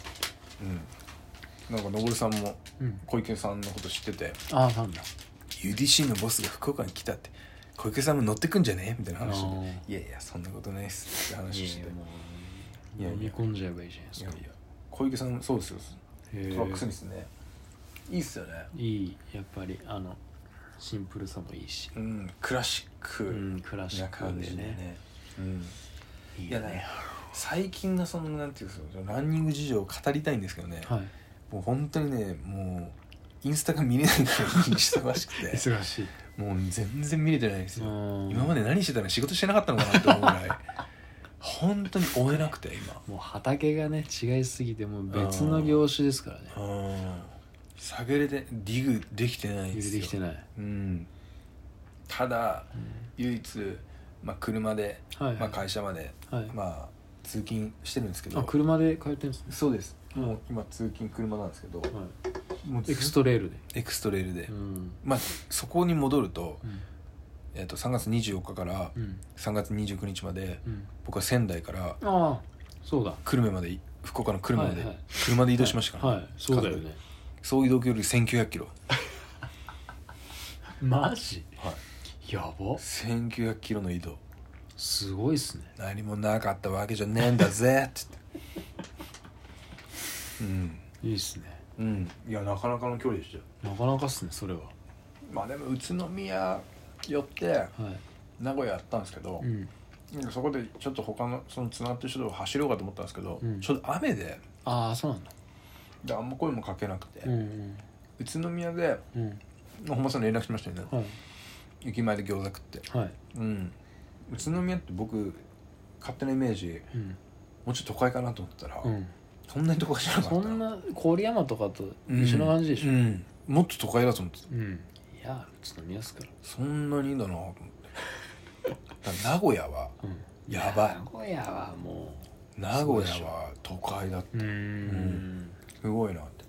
うんなんか登さんも
うん
小池さんのこと知ってて
ああなんだ
UDC のボスが福岡に来たって小池さんも乗ってくんじゃねみたいな話
あー
でいやいやそんなことないっすって話してて
い
い
や
やいや
飲み込んじゃえばいいじゃないです
い
か
やいや小池さんそうですよ
へ
ト
ー
ラックスミスねいいっすよね
いいやっぱりあのシンプルさもいいし、
うん、クラシッ
う
ク
ん、クラシッ
な
ク
感
で
じでね
ね
うん、
いい
いや
よ
ね
ね
最近のそのなんていうんですかランニング事情を語りたいんですけどね、
は
もう本当にねもうインスタが見れないからい忙しく
い
て
忙しい
もう全然見れてないんですよ、今
今
まで何してたの仕事してなかったのかなって思うぐ らい本当に追えなくて今
もう畑がね違いすぎてもう別の業種ですからね
うん探れてディグできてないんで
ゆ
す
る
よ
できてない、
うん、ただ唯一、まあ、車で、
はい
ま
は
あ、
い、
会社まで、
はい
まあ、通勤してるんですけど
あ車で通ってんですね
そうです
うん
もう今通勤車なんですけど
は
もう
いエクストレールで
エクストレイルで、
うん
まあ、そこに戻ると,、
うん
えっと3月24日から
うん
3月29日まで
うん
僕は仙台から
ああそうだ
久留米まで福岡の久留米まで、
はいはい
車で移動しましたから、
はい、はいそうだよね
総移動距離1 9 0 0キロ
マジ
はい
やば
1 9 0 0キロの移動
すごいっすね
何もなかったわけじゃねえんだぜ って言って
いいっすね
うんうんいやなかなかの距離でしたよ
なかなかっすねそれは
まあでも宇都宮寄って
は
名古屋やったんですけど
い、う、ん、
なんかそこでちょっと他のそのつながってる人と走ろうかと思ったんですけど、
うん
ちょっと雨で
ああそうなんだ
であんま声もかけなくて、
うんうん
宇都宮で
うん
本間さんに連絡しましたよね
はい
駅前で餃子食って
はい
うん宇都宮って僕勝手なイメージ
うん
もうちょっと都会かなと思ったら、
うん
そんなに都会じゃなかった
そんな郡山とかと一緒な感じでしょ
うんうんもっと都会だと思ってた
うん、いやちょっと見やすから
そんなにだなと思ってだから名古屋は
うん
やばい
名古屋はも
名古屋は都会だ
ううーん
すごいなって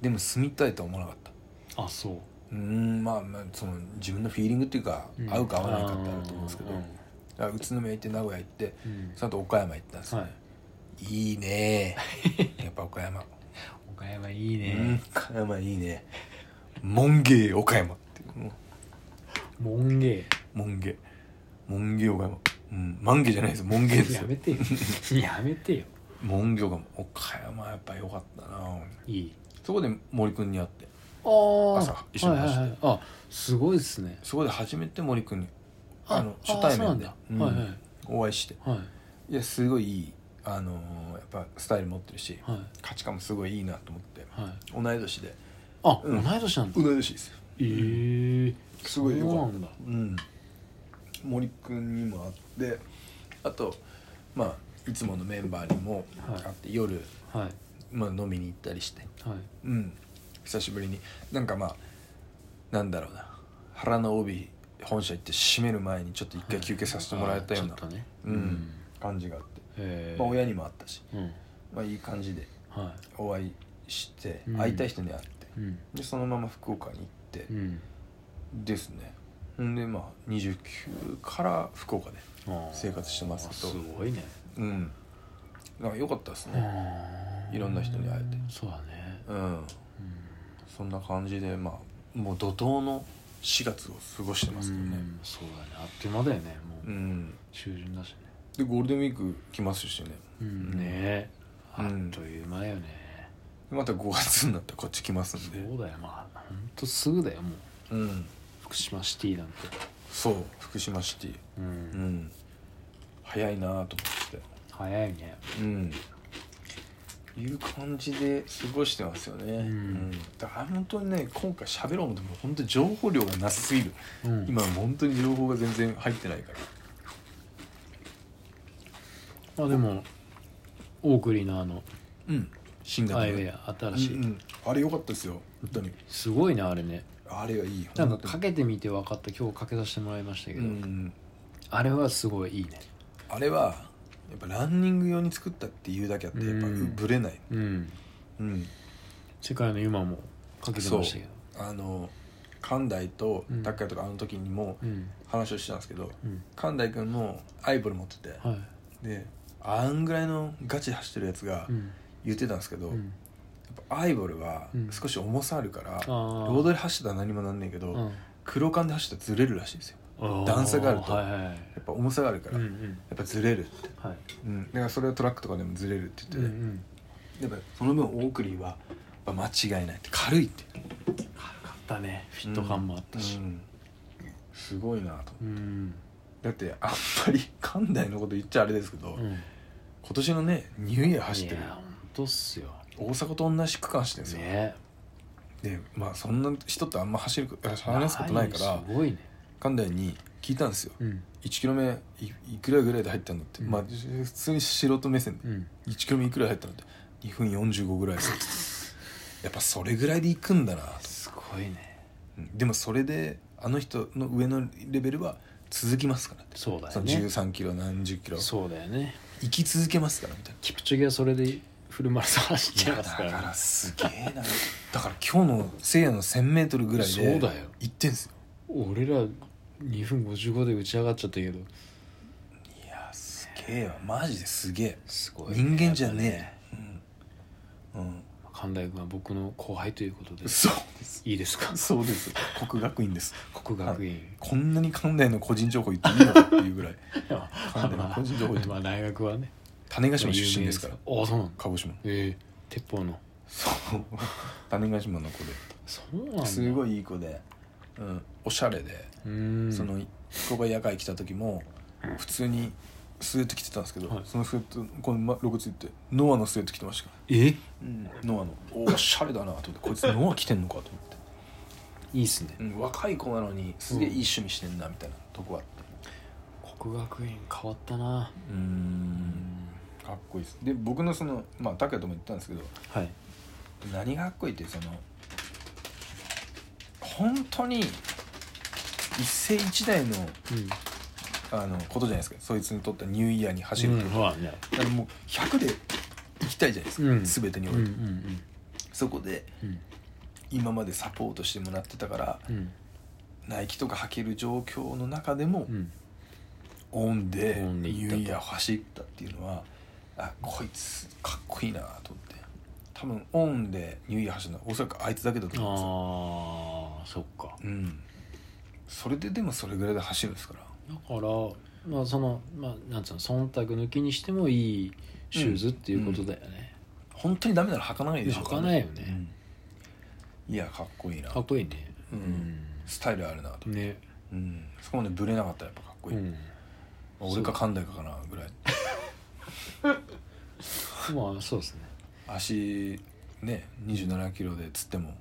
でも住みたいとは思わなかった
あそ
う
う
ーんまあまあその自分のフィーリングっていうか、
うん
合うか合わないかってあると思うんですけど、
うん
だから宇都宮行って名古屋行って
うん
その後岡山行ったんですよ、
はい
いいねやっぱ岡山、
岡山いい
うん、岡山いいね門芸岡山っていうの
門芸
門芸門芸岡山うん万芸じゃないです門芸です
や
よ
めてよ やめてよ
門芸岡山岡山やっぱ良かったない
い
そこで森君に会って
ああ
朝一緒に走って
はいはいはい、あすごいですね
そこで初めて森君に
あ
あの初対面で
あそううんなんだ
お会いして
はいはい
いやすごいいいあのーやっぱスタイル持ってるし
はい
価値観もすごいいいなと思って
はい
同い年で
あ、
うん
同い年なんだ、
同い年ですよ
ええー、
すごいよ
そう
か
な
っ
んだ
たうん森君にも会ってあとまあいつものメンバーにも
はい
会って、夜、
はい
まあ、飲みに行ったりして
はい
うん久しぶりになんかまあなんだろうな腹の帯本社行って閉める前にちょっと一回休憩させてもらえたような
あちょっとね
うん感じがあって、
え
まあ、親にもあったし、
うん
まあ、いい感じで
は
お会いして、
うん
会いたい人に会って
いうん
でそのまま福岡に行って
うん
ですねほんでまあ29から福岡で
あー
生活してますけど
すごいね
うんなんか良かったですね
う
いろんな人に会えて
そうだね
うん
うん
そんな感じでまあもう怒涛の4月を過ごしてますけどね
うんそうだねあっという間だよねもう、
うん、
中旬だしね
でゴールデンウィーク来ますしね
うんね
うん
あっという間よね、
でまた5月になってこっち来ますんで
そうだよまあほんとすぐだよもう
うん
福島シティなんて
そう福島シティ
うん、
うん早いなぁと思って
早いね
うんいう感じで過ごしてますよね、
うん
だから本当にね今回喋ろうもでも本当に情報量がなさすぎる
うん
今本当に情報が全然入ってないから
あでもオークリーのあの
うん新型
アイ
の
ウェア新しい、
うんうんあれ良かったですよ本当に
すごいねあれね
あれはいい
なんかか
本
けてみて分かった今日かけさせてもらいましたけ
当
ど、
にうん
あれはすごいいいね
あれはやっぱランニング用に作ったっていうだけあってやっぱ
うん
ぶれない
うん
うん
世界の今もかけてましたけど
あの寛大と
うん
拓哉とかあの時にも
うん
話をしてたんですけど
うん
寛大君もアイボル持ってて
はい
であんぐらいのガチで走ってるやつが
うん
言ってたんですけど、
う
や
ん
っぱアイボルは
うん
少し重さあるから、ロ
あ
ードで走ったら何もなんねんけど、黒缶で走ったらずれるらしいんですよ
うん
段差があると
はいはい
やっぱ重さがあるから、
うんう
や
ん
っぱずれるって、
はい
うん、だからそれはトラックとかでもずれるって言
うんう
ってて、
ん
やっぱその分オークリーはやっぱ間違いないって軽いって
軽かっったねフィット感もあったし
うんすごいなと
うん
だってあんまり関大のこと言っちゃあれですけど、
うん
今年のねニューイヤー走ってる
いや本当っすよ
大阪と同じ区間してるんですよ、
ね
でまあそんな人ってあんま走るあ話すことないから
すごいね
関大に聞いたんですよ
うん
1キロ目いいくらぐらいで入ったんだって、
うん
まあ普通に素人目線で
うん
1キロ目いくらい入ったんだって2分45ぐらいです やっぱそれぐらいで行くんだなと
すごいね
うんでもそれであの人の上のレベルは続きますからって
そうだ
そ
よ
の
ね
13キロ何十キロ生
そうだよね
き続けますからみたいな
キプチョゲはそれでフルマラソン走っちゃいますか
いやだ
ら
か
ね
らすげえなだから今日のせいやの 1000m ぐらい
そう
で
だよ
行ってんすよ
俺ら2分55で打ち上がっちゃったけど
いやすげえわマジですげえ
すごいね
人間じゃねえうん、
やっぱ神田君は僕の後輩ということで
そう です
いいですか
そうです国学院です
国学院
こんなに関連の個人情報言っていいのかっていうぐらい
ま
神田の個人情報言っ
あ
て
まあ大学はね
種子島出身ですから
ああそうなんだ
鹿児島
ええ鉄砲の
そう種子島の子で
そうなんだ
すご
い
いいい子で、うん、おしゃれで、
うん
その小林夜会来た時も普通にスウェット着てたんですけど、
はい
そのスウェットこのまロゴついてノアのスウェット着てましたから、
えい
ノアのおしゃれだなと思ってこいつノア着てんのかと思って、
いっすね
うん、若い子なのにすげえいい趣味してんなみたいなとこあって
国学院変わったな
うんかっこいいですで僕のそのまあ拓哉とも言ったんですけど
はい
何がかっこいいってその本当に一世一代の
うん
あのことじゃないですかそいつにとってはニューイヤーに走るってこと、
うんまあね
だからもう100で行きたいじゃないですか、
うん
全てに
う
おい
んう
て、
ん
そこで
うん
今までサポートしてもらってたから、
うん
ナイキとか履ける状況の中でも、
うん
オンで
オンで
ニ
行った
ュ
と
ーイヤーを走ったっていうのはあこいつかっこいいなと思って多分オンでニューイヤー走るのはおそらくあいつだけだと思うんですよ
ああそっか
うん、それででもそれぐらいで走るんですから
だからまあそのまあなんつうの忖度抜きにしてもいいシューズっていうことだよね、
本当にダメなら履かないでしょ
履かないよね、
うんいやかっこいいな
かっこいいね
うんスタイルあるなと、
ね
うん、そこまでブレなかったらやっぱかっこいい、
うん
まあ俺か神田かかなぐらい
まあそうですね
足ね2 7キロでつっても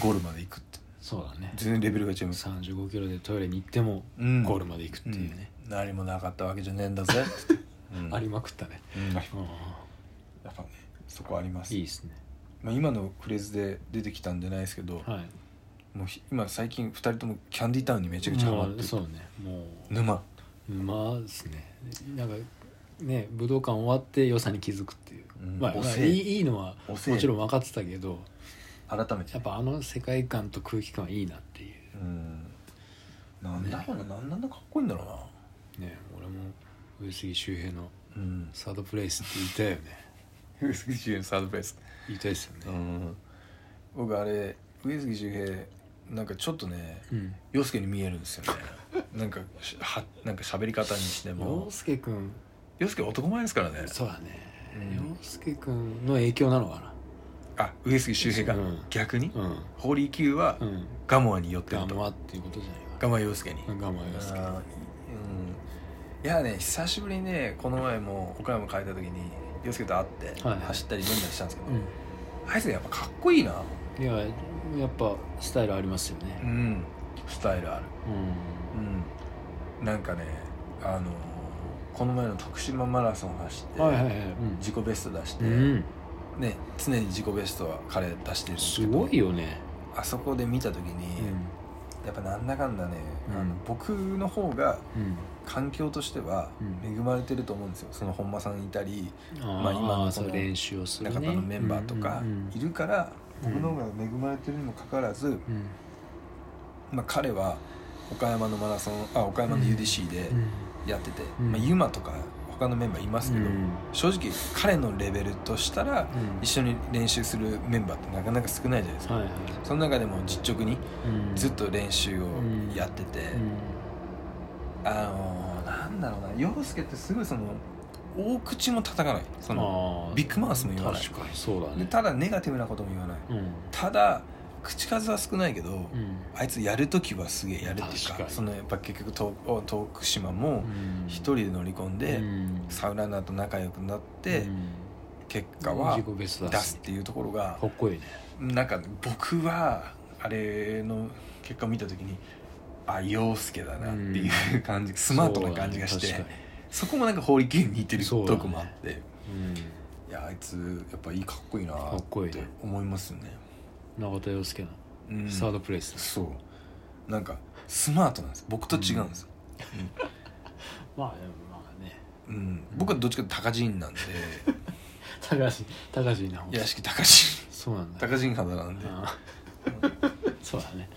ゴールまで行くって
そうだね
全然レベルが違います
3 5キロでトイレに行っても
うん
ゴールまで行くっていうね、
うん何もなかったわけじゃねえんだぜって、うん
ありまくったね、
うんやっ
うん
ぱねそこあります
いいですね
まあ、今のフレーズで出てきたんじゃないですけど、
はい
もうひ今最近2人ともキャンディタウンにめちゃくちゃハマって
まあ
る
そうねもう
沼
まあですねなんかね武道館終わって良さに気づくっていう、
うん
まあ、
遅え
まあいいいいのは
お
も
せえ
ちろん分かってたけど
改めて
やっぱあの世界観と空気感はいいなってい
うんなんだろうな、なんなんだかっこいいんだろう
うね俺も上杉周平の
なうん
サードプレイスって言いたいよね
上杉周平のサードプレイス
言いたいですよ
う
ね
ん僕あれ上杉周平なんかちょっとね
うん
洋介に見えるんですよ ねなんかしはなんか喋り方にしても
洋介君
洋介男前ですからね
そうだね
うん
洋介君の影響なのか
あ上杉周平が
うん
逆に、
なうん
ホーリー Q は
うん
ガモアに寄って
ガ
ると
モアっていうことじゃないか
ガモア洋介に
なガモア洋介
あーうんいやね久しぶりにねこの前も岡山帰った時に洋介と会って
はい
走ったり飲んだりしたんですけど、
う
あいつねやっぱかっこいいなん
いややっぱスタイルありますよ
う
ね
んスタイルある
うん
うんなんかねあのーこの前の徳島マラソン走って、
はいはいはい、うん
自己ベスト出して、
うん、
ね常に自己ベストは彼出してるんですけど
ごいよね、
あそこで見た時
う
に、
ん
やっぱなんだかんだね、あ
う
の
ん
僕の方が
うん
環境としては
う
恵
ん
まれてると思うんですよその本間さんいたり
まあ
今の
今
その
の練習をする、ね、
中田のメンバーとか
うん
いるから、
うん
僕の方が恵まれてるにもかかわらず、
うんうん
まあ、彼は岡山のマラソンあ岡山の UDC でやってて、
うん
まあ、ユマとか他のメンバーいますけど、正直彼のレベルとしたら
うん
一緒に練習するメンバーってなかなか少ないじゃないですか、
はいはい
その中でも実直に
うん
ずっと練習をやってて、
うん
あのーなんだろうな洋介ってすごいその大口も叩かないその
あー
ビッグマウスも言わない
確かにそうだ
で
ね
ただネガティブなことも言わない
うん
ただ口数は少ないけど、
うん
あいつやる時はすげえやるっていう
確
か
かに
そのやっぱ結局と徳島も一人で乗り込んで、
うん
サウナーナと仲良くなって、
うん
結果は
自己ベスト
出
出
す
す
っていうところが
かっこいいね
なんか僕はあれの結果を見た時にあ陽介だなっていう感じ、スマートな感じがして
そう
そ,、
だね
こもなんか法力に似てる
そう
と
だね
こもあって、
確かに
いやあいつやっぱいいかっこいいな
かっこい
っ
いね
て思いますよね
うん永田洋介の
うん
サードプレイスです、
そうなんかスマートなんです僕と違うんです、
まあでもまあね
うん僕はどっちかというと高人なんで
高橋高橋な方
いやしき高人
そうなんだ
高人肌なんで、うん
あーそうだね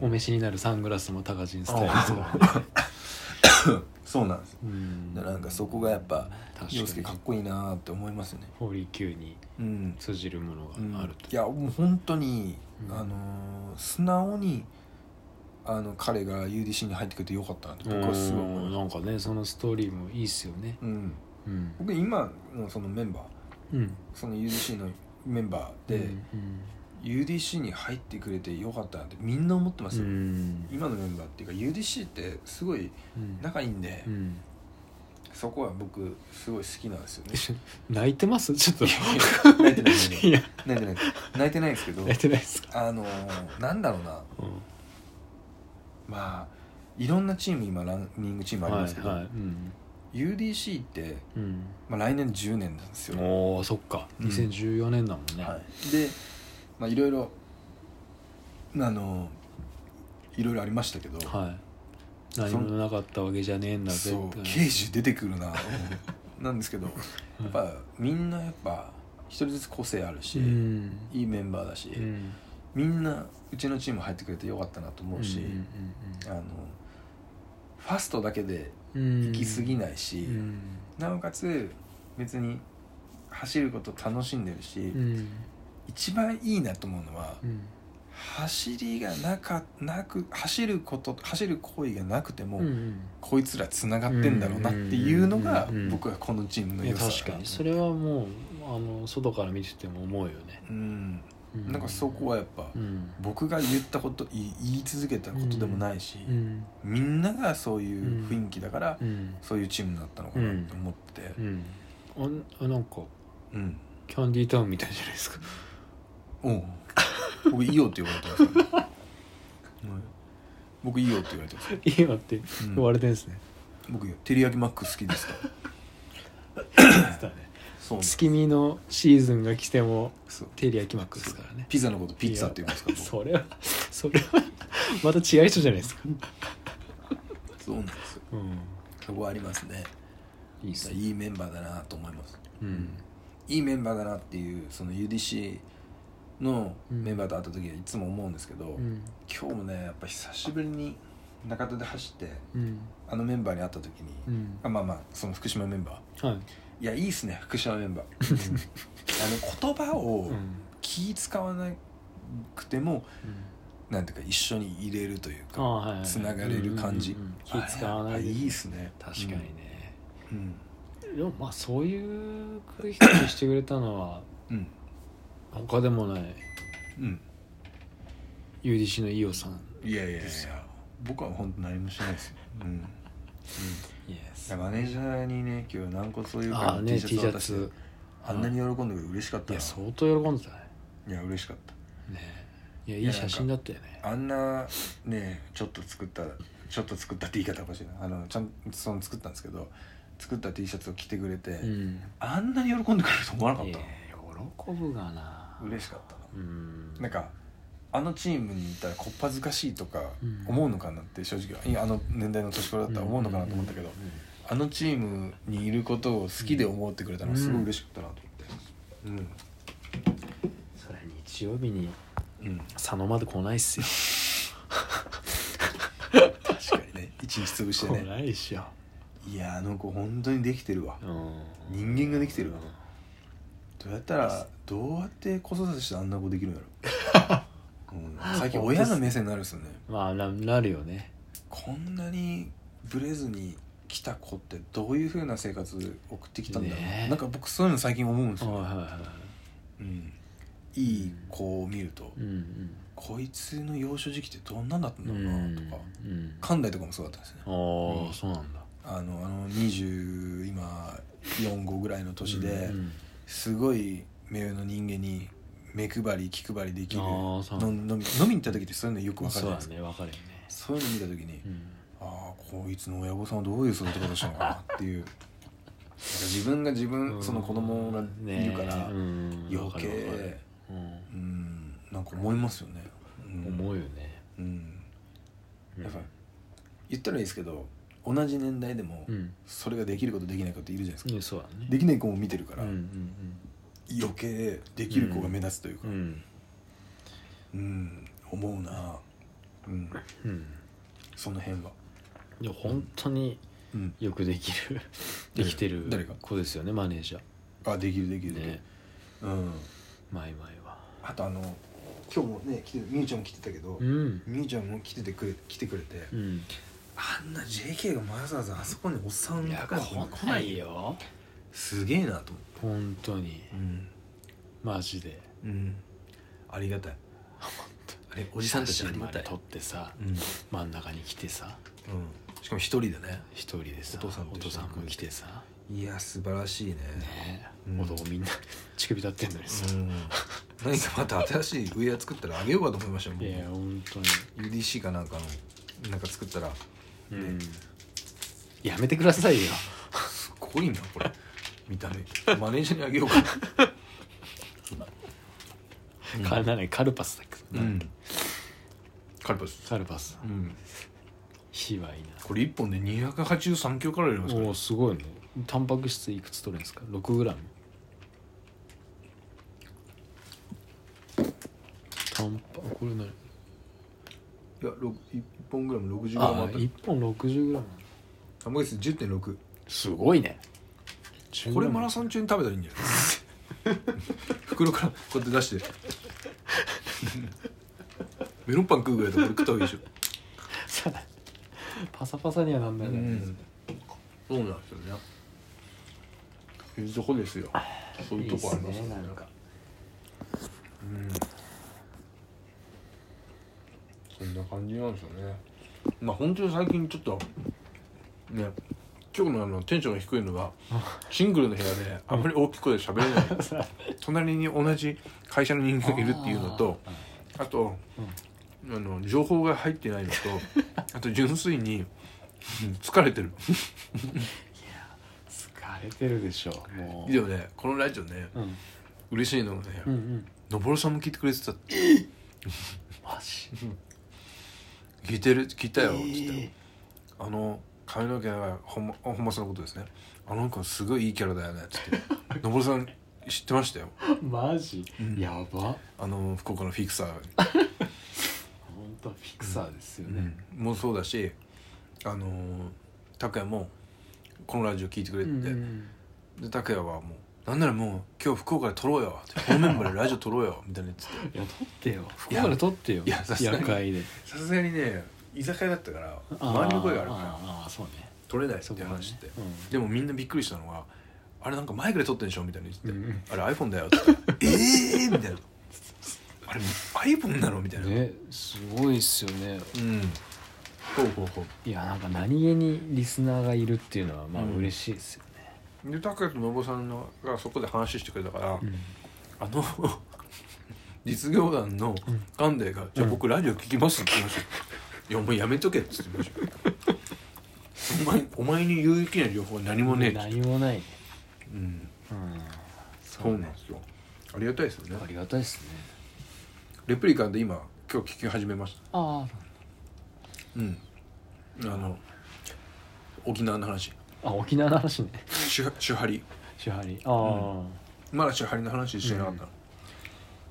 お召しになるサングラスも高人スタイルですからね
そうなんです
うん
なんかそこがやっぱ
確かに
洋介かっこいいなって思いますよね
49に
うん、
通じるもの
うん
があると、
いやもう本当に、
うん
あのー素直にあの彼が UDC に入ってくれてよかったなって僕はすごい思います
なんかねそのストーリーもいいっすよね
うん、
うん、
僕今のそのメンバー
うん、
その UDC のメンバーで、
うん、
UDC に入ってくれてよかったなってみんな思ってま
う
すよ、
ん
今のメンバーっていうか UDC ってすごい
うん
仲いいんで、
うん
そこは僕すごい好きなんですよね
泣いてます ちょっと
泣いてない
いや
泣いてない泣いてないですけど
泣いてないですか、
あのーなんだろうな
うん、
まあいろんなチーム今ランニングチームありますけど、
はいはいうん、
UDC って、
うん
まあ、来年10年なんですよ、は
おーそっか
うん
2014年だもんね、
い、で、まあ、いろいろあのいろいろありましたけど、
はい、何もなかったわけじゃねえんだぜ
そう
って
刑事出てくるななんですけどやっぱみんなやっぱ一人ずつ個性あるし、
うん
いいメンバーだし、
うん
みんなうちのチーム入ってくれてよかったなと思うし、
んん
あのファストだけで
うんうん
行き過ぎないし、
うん
なおかつ別に走ること楽しんでるし、
うん
一番いいなと思うのは、
うん
走りがなかなく走ること走る行為がなくても、
うんうん
こいつらつながってんだろうなっていうのが
うんうんうんうん
僕はこのチームの
いや
良さだな
確かにそれはもうあの外から見てても思うよね、
うんなんかそこはやっぱ、
うん、
僕が言ったこと言い言い続けたことでもないし、
うん
みんながそういう雰囲気だから、
うん
そういうチームだったのかなって思ってて
うんあんなんか
うん、
キャンディータウンみたいじゃないですか
おう僕「いいよ」って言われてますからね、うん僕「いいよ」って言われてますよ、
いいよって
うん
言われてんですね、
僕「照り焼きマック好きですか?
だね」
そう
月見のシーズンが来ても
そう
テリアキマックですからね
ピザのことピッツァって言いますから僕
それはそれはまた違う人じゃないですか
そうなんですよ
うん
そこはありますね
いいっすね
いいメンバーだなと思います
うん
いいメンバーだなっていうその UDC のメンバーと会った時はいつも思うんですけど、
うん
今日もねやっぱ久しぶりに中田で走って
うん
あのメンバーに会った時に、
うん
あまあまあその福島メンバー
はい
いやいいっすね福島メンバー あの言葉を
うん
気使わなくても、なんていうか一緒に入れるという
あ
か
あはいはい
つながれる感じ、
うんうんうん気使わな
あれやっ
いで
ぱいいっすね
確かにね、
うん
でもまあそういう空気感にしてくれたのは
うん
他でもない
うん、
UDC の飯尾さん
いやいやいや僕は本当何もしないですよ、うんうん、
イエ
いやマネージャーにね今日軟骨を言うから
ああね
T シャツ
T
渡
シ
し
ャ
て
ツ
あんなに喜んでくれて嬉しかっ
い
たな
や相当喜んでたね
いや嬉しかっ
ねいやいい写真だったよね
たあんなねちょっと作ったちょっと作ったって言い方おかしいなあのちゃんその作ったんですけど作った T シャツを着てくれて、
うん
あんなに喜んでくれると思わなかっ
い
た
や
な
喜ぶがな
嬉しかったな
うん
なんかあのチームにいたらこっぱずかしいとか
うん
思うのかなって正直いやあの年代の年頃だったら思うのかなと思ったけど、
うんうんうん
あのチームにいることを好きで思ってくれたのがすごい嬉しかったなと思って
そりゃ日曜日に
うん、うん、
佐野まで来ないっすよ
確かにね一日潰して
来
ね
ないっしょ
いやあの子本当にできてるわ
うん
人間ができてるわどうやったらどうやって子育てしてあんな子できるんやろ、うん、最近親の目線になるっすよね
まあななるよね
こんなにブレずに来た子ってどういうふうな生活送ってきたんだろう、
ねえ
なんか僕そういうの最近思うんです
はい
よ、
はいは
うん、いい子を見ると
いうん
こいつの幼少時期ってどんなんだったん
う
だろうなとか
ん
寛大とかもそうだったんですね
ああ、
うん
そうなんだ
あのあの20今45ぐらいの年で
うんうん
すごい目上の人間に目配り気配りできる
あ
の
ーそうな
飲み飲みに行った時ってそういうのよくわかるじゃない
そうだ
ですか
ねわかるよね、
そういうの見た時に
うん、
ああこいつの親御さんはどういう育て方したのかなっていうなんか自分が自分その子供がいるから
ねうん
余
わかるわかる
計
うん
うんなんか思いますよねうん
思うよね
うん
うん
やっぱ言ったらいいですけど同じ年代でも
うん
それができることできない子っているじゃないですか
いやそうだね
できない子も見てるから
うんうん
余計できる子が目立つというか
うんうん
うん思うなうん
うん
その辺は
でも本当に
うん
よくできるできてる
誰が
子ですよねマネージャ
あできるできる
ー
できる
ね
うん
マイマイは
あとあの今日もね来てみゆちゃんも来てたけど
うん
みゆちゃんも来ててくれ来てくれて
うん
あんな JK がわざわざあそこにおっさん
いや
ばっかりの
来ないよ
すげえなと思って
本当に
うん
マジで
うんありが たいあれおじさんたちありがたい
撮ってさ
うんうん
真ん中に来てさ
しかも一人でね
一人でさ
お父さんと一緒に
も来てさ
いや素晴らしいね
ね
うん
男みんな乳首立ってんのにさ
うん何かまた新しいウェア作ったらあげようかと思いましたよ
い
僕
や本当に
UDC かなんかのなんか作ったら
うんやめてくださいよ
すごいなこれ見た目 マネージャーにあげようかなうん
かなりカルパスだっけど、
カルパス
カルパス
うん
火はいい
これ1本で283キロカロリーあります
な
から
おおすごいねタンパク質いくつ取るんですか 6g タンパこれ何
いやろく1本グラム 60g
あ
あった
1本 60g
タンパク質10.6
すごいね10
これマラソン中に食べたらいいんじゃない 袋からこうやって出してメロンパン食うぐらいだからこれ食った方がいいでし
そうだ パサパサにはなんない
ょ
ね、
そうなんですよねそういうとこですよそういうとこあります
いいっすねなんか
うんそんな感じなんですよねまあ本当に最近ちょっとね今日のあのテンションが低いのはシングルの部屋であんまり大きい声で喋れない隣に同じ会社の人間がいるっていうのとあと、あの情報が入ってないの とあと純粋にうん疲れてる
疲れてるでしょもう
でもねこのラジオね
うん
嬉しいのがね、
うんうん
のぼるさんも聞いてくれてたって
マジ
聞いてる聞いたよっつって、
え
あの髪の毛が本間本間さんのことですねあの子すごいいいキャラだよねっつっ てのぼるさん知ってましたよ
ーマジ、
うん
やば
あの福岡のフィクサー、
本当フィクサーですよ
う
ね
ん、もそうだしあの拓也もこのラジオ聞いてくれてて、
うん
で拓哉はもう「なんならもう今日福岡で撮ろうよ」って「このメンバーでラジオ撮ろうよ」みたいなやつって
いや取ってよ福岡で取ってよ
いやさすがに
夜会で
さすがにね居酒屋だったから
あー
周りの声がある
あ
から
ーあーそうね
撮れないっ
そ
て
こ
話って、
までね
でもみんなびっくりしたのが「あれなんかマイクで撮ってんでしょ」みたいな言ってて「
うんうん
あれ iPhone だ よ」って言って「ええー!」みたいな「あれ iPhone なの?」みたいな、
ねすごいっすよね
うんほうほうほ
いやなんか何気にリスナーがいるっていうのはまあ
うん
嬉しいですよね、
うで拓哉と信さんのがそこで話してくれたから、あの 実業団の関連が「じゃあ僕ラジオ聞きます」って言いましたよいやお前やめとけ」っつって言いましたよお前お前に有益な情報は何もねえっつって
何もないね
うん
うん
そうなんですよありがたいですよ
あ
ね
りがたいですね
レプリカンで今今日聞き始めました
あ
うんあの沖縄の話
ああ沖縄の話ね
手手張り
手張りああ、
まだ手張りの話してなかったの、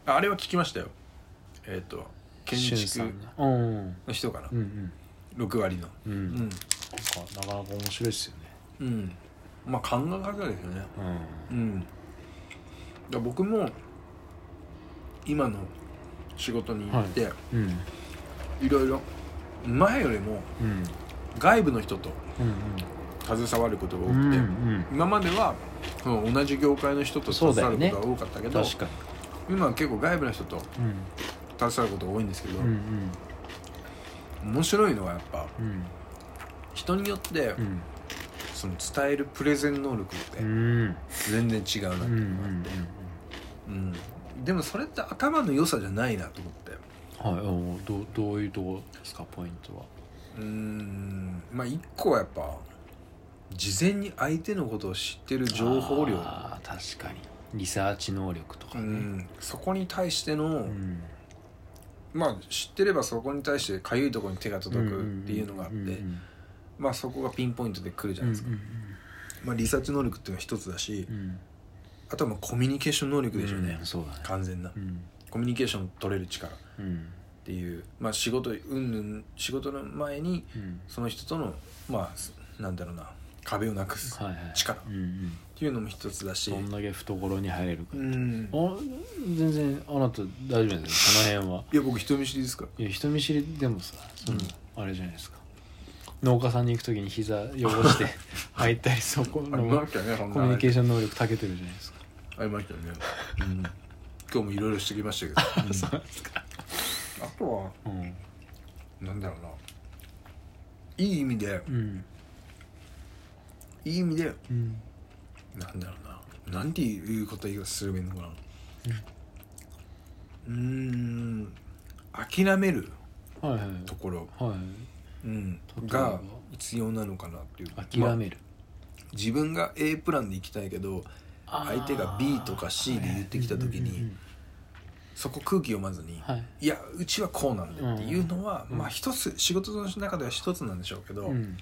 ああれは聞きましたよえっ、と建
俊さ
築
んのうんうん
の人かな
うん
6割の
うんうん
うん
なんかなかなか面白いですよね
うんまあ考え方ですよね
うん
うんだから僕も今の仕事に行って、
うん
い、ろいろ前よりも
うん
外部の人と
うん
携わることが多
う
く
ん
て、
うん
今まではその同じ業界の人と携わることが多かったけど、
確か
今は結構外部の人と
にうん
携わることが多いんですけど、
うん
面白いのはやっぱ
うん
人によって
うん
その伝えるプレゼン能力って
うんうん
全然違うなって
う
いうのが
ん
あって、うんでもそれって頭の良さじゃないなと思って
はいおーどうどういうとこですかポイントは
うんまあ一個はやっぱ事前に相手のことを知ってる情報量、
あー確かにリサーチ能力とか
う
ね
ん、そこに対しての、
うん
まあ知ってればそこに対してかゆいところに手が届くっていうのがあって、
んうんうん
まあそこがピンポイントで来るじゃないですか、
うん
まあ、リサーチ能力っていうのは一つだし、
うんうん
あとはまあコミュニケーション能力でしょうね、
うんそうだね
完全な
うん
コミュニケーション取れる力っ
うん
ていう、まあ、仕事うんうん仕事の前に
うん
その人とのまあなんだろうな壁をなくすっ
はいはい
力
うんうん
ていうのも一つだし
どんだけ懐に入れるか
うん
あ全然あなた大丈夫ですよその辺はい
や僕人見知りですから
いや人見知りでもさその、あれじゃないですか農家さんに行く時に膝汚して 入ったりそこ
あり
の
ましたよねそんな
コミュニケーション能力長けてるじゃないですか、
ありましたよね、うん、今日もいろいろしてきました けど、うん
そうですか、
あとは
うん
なんだろうないい意味で
うん
いい意味で
うん、
なんだろうななんていうことをすればいいのかなうーん諦める
はいはい
ところ、
はい
うん
例え、ば
が必要なのかなっていう
諦
まあ
める、
自分が A プランで行きたいけど
あー
相手が B とか C で言ってきた時に
うんうんうん
そこ空気読まずに、
はい
い、やうちはこうなんだっていうのは、
うん
まあ一つ仕事の中では一つなんでしょうけど、
うん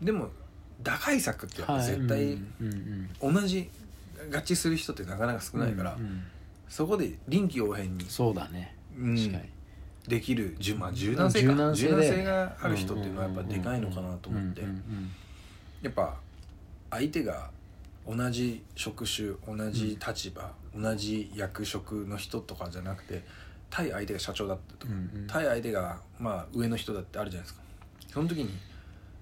でも打開策ってやっぱ
はい
絶対
うんうん
同じ合致する人ってなかなか少
うん
ないから、
うんうん
そこで臨機応変に、
そうだね
うん
確かに、
できる柔,、まあ、柔軟性か
柔
柔
軟
軟
性
性,、
だよね
がある人っていうのはやっぱでかいのかなと思って、
うんうんうん
やっぱ相手が同じ職種同じ立場、同じ役職の人とかじゃなくて対相手が社長だったと
う
か、
んうん
対相手がまあ上の人だってあるじゃないですかその時に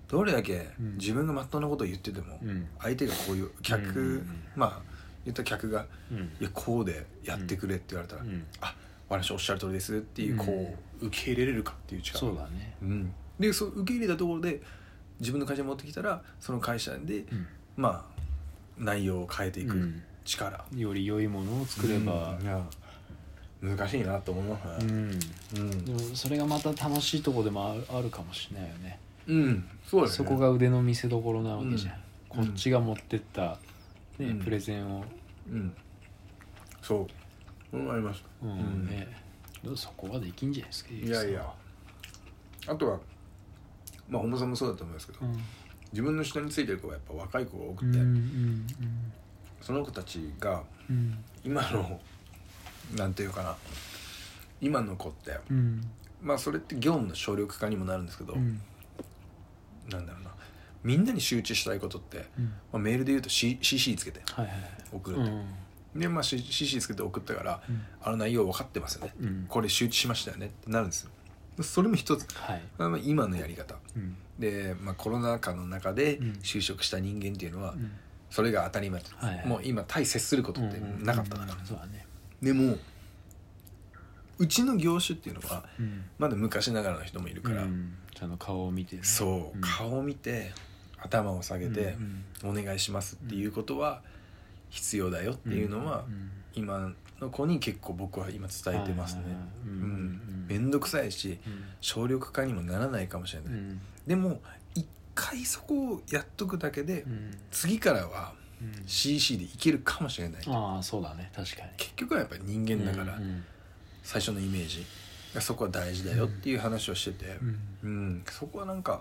どれだけ
うん
自分がまっとうなことを言ってても、
うん
相手がこういう客、
うんうんうん
まあ言ったら客が
うん
「いやこうでやってくれ」って言われたら「
うん
あ私おっしゃる通りです」っていう、こう受け入れれるかっていう力
そうだね
うん、でそう受け入れたところで自分の会社に持ってきたらその会社で、
うん
まあ内容を変えていうく
ん
力、
より良いものを作れば
うんいや難しいなと思います
う
ね
ん、
うん、
でもそれがまた楽しいとこでもあるあるかもしれないよね
うんそうです
そ
ね
こが腕の見せ所なわけじゃん、
うん
こっちが持ってった、ね
うん
プレゼンを、
うんそうこれもあります
うん
うん
ね、そこはできんじゃないですか
いやいやあとはまあ本間さんもそうだと思いますけど、
うん
自分の下についてる子はやっぱ若い子が多
う
く
ん
て、
うん
その子たちが
うん
今のなんていうかな今の子って
うん
まあそれって業務の省力化にもなるんですけど、
うん
なんだろうなみんなに集中したいことって、
うん
まあ、メールで言うと、C、CC つけて
はいはい
送
う
る
ん
と、でまあ C- CC つけて送ったから、
うん
あの内容分かってますよね、
うん
これ集中しましたよねってなるんですよそれも一つ、
はい
まあ、まあ今のやり方
うん
で、まあ、コロナ禍の中で
うん
就職した人間っていうのは、
うん
それが当たり前だ
はいはい
もう今対接することって
うん
なかったから、
そうだね
でもうちの業種っていうのは
うん
まだ昔ながらの人もいるから、
うんちゃんと顔を見てね、
そう、
うん
顔を見て頭を下げて、
うん
お願いしますっていうことは必要だよっていうのは、
ん
今の子に結構僕は今伝えてますね
はいはいはいうん
うん面倒くさいし省力化にもならないかもしれ
う
ない、
ん
でも一回そこをやっとくだけで、
うん
次からは
うん
CC でいけるかもしれない、
ああそうだね確かに
結局はやっぱり人間だから、
うんうん
最初のイメージがそこは大事だよっていう話をしてて、
うん
うん、そこはなんか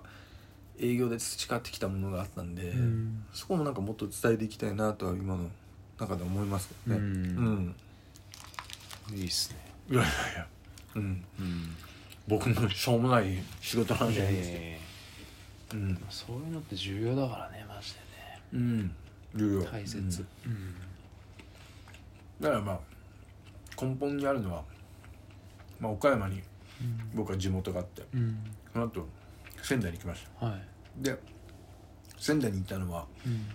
営業で培ってきたものがあったんで、
うん
そこもなんかもっと伝えていきたいなとは今の中で思いますけどね
うん
うん、
いいっすね
いやいやいや、うん、
うん
僕のしょうもない仕事なん
い
じゃ
や
ない
い
で
や
す
いや
うん
そういうのって重要だからねマジでね
うん重要
大切
うん
うん
だからまあ根本にあるのは、まあ、岡山に僕は地元があって
うん
その後仙台に来ました
はい
で仙台に行ったのは
うん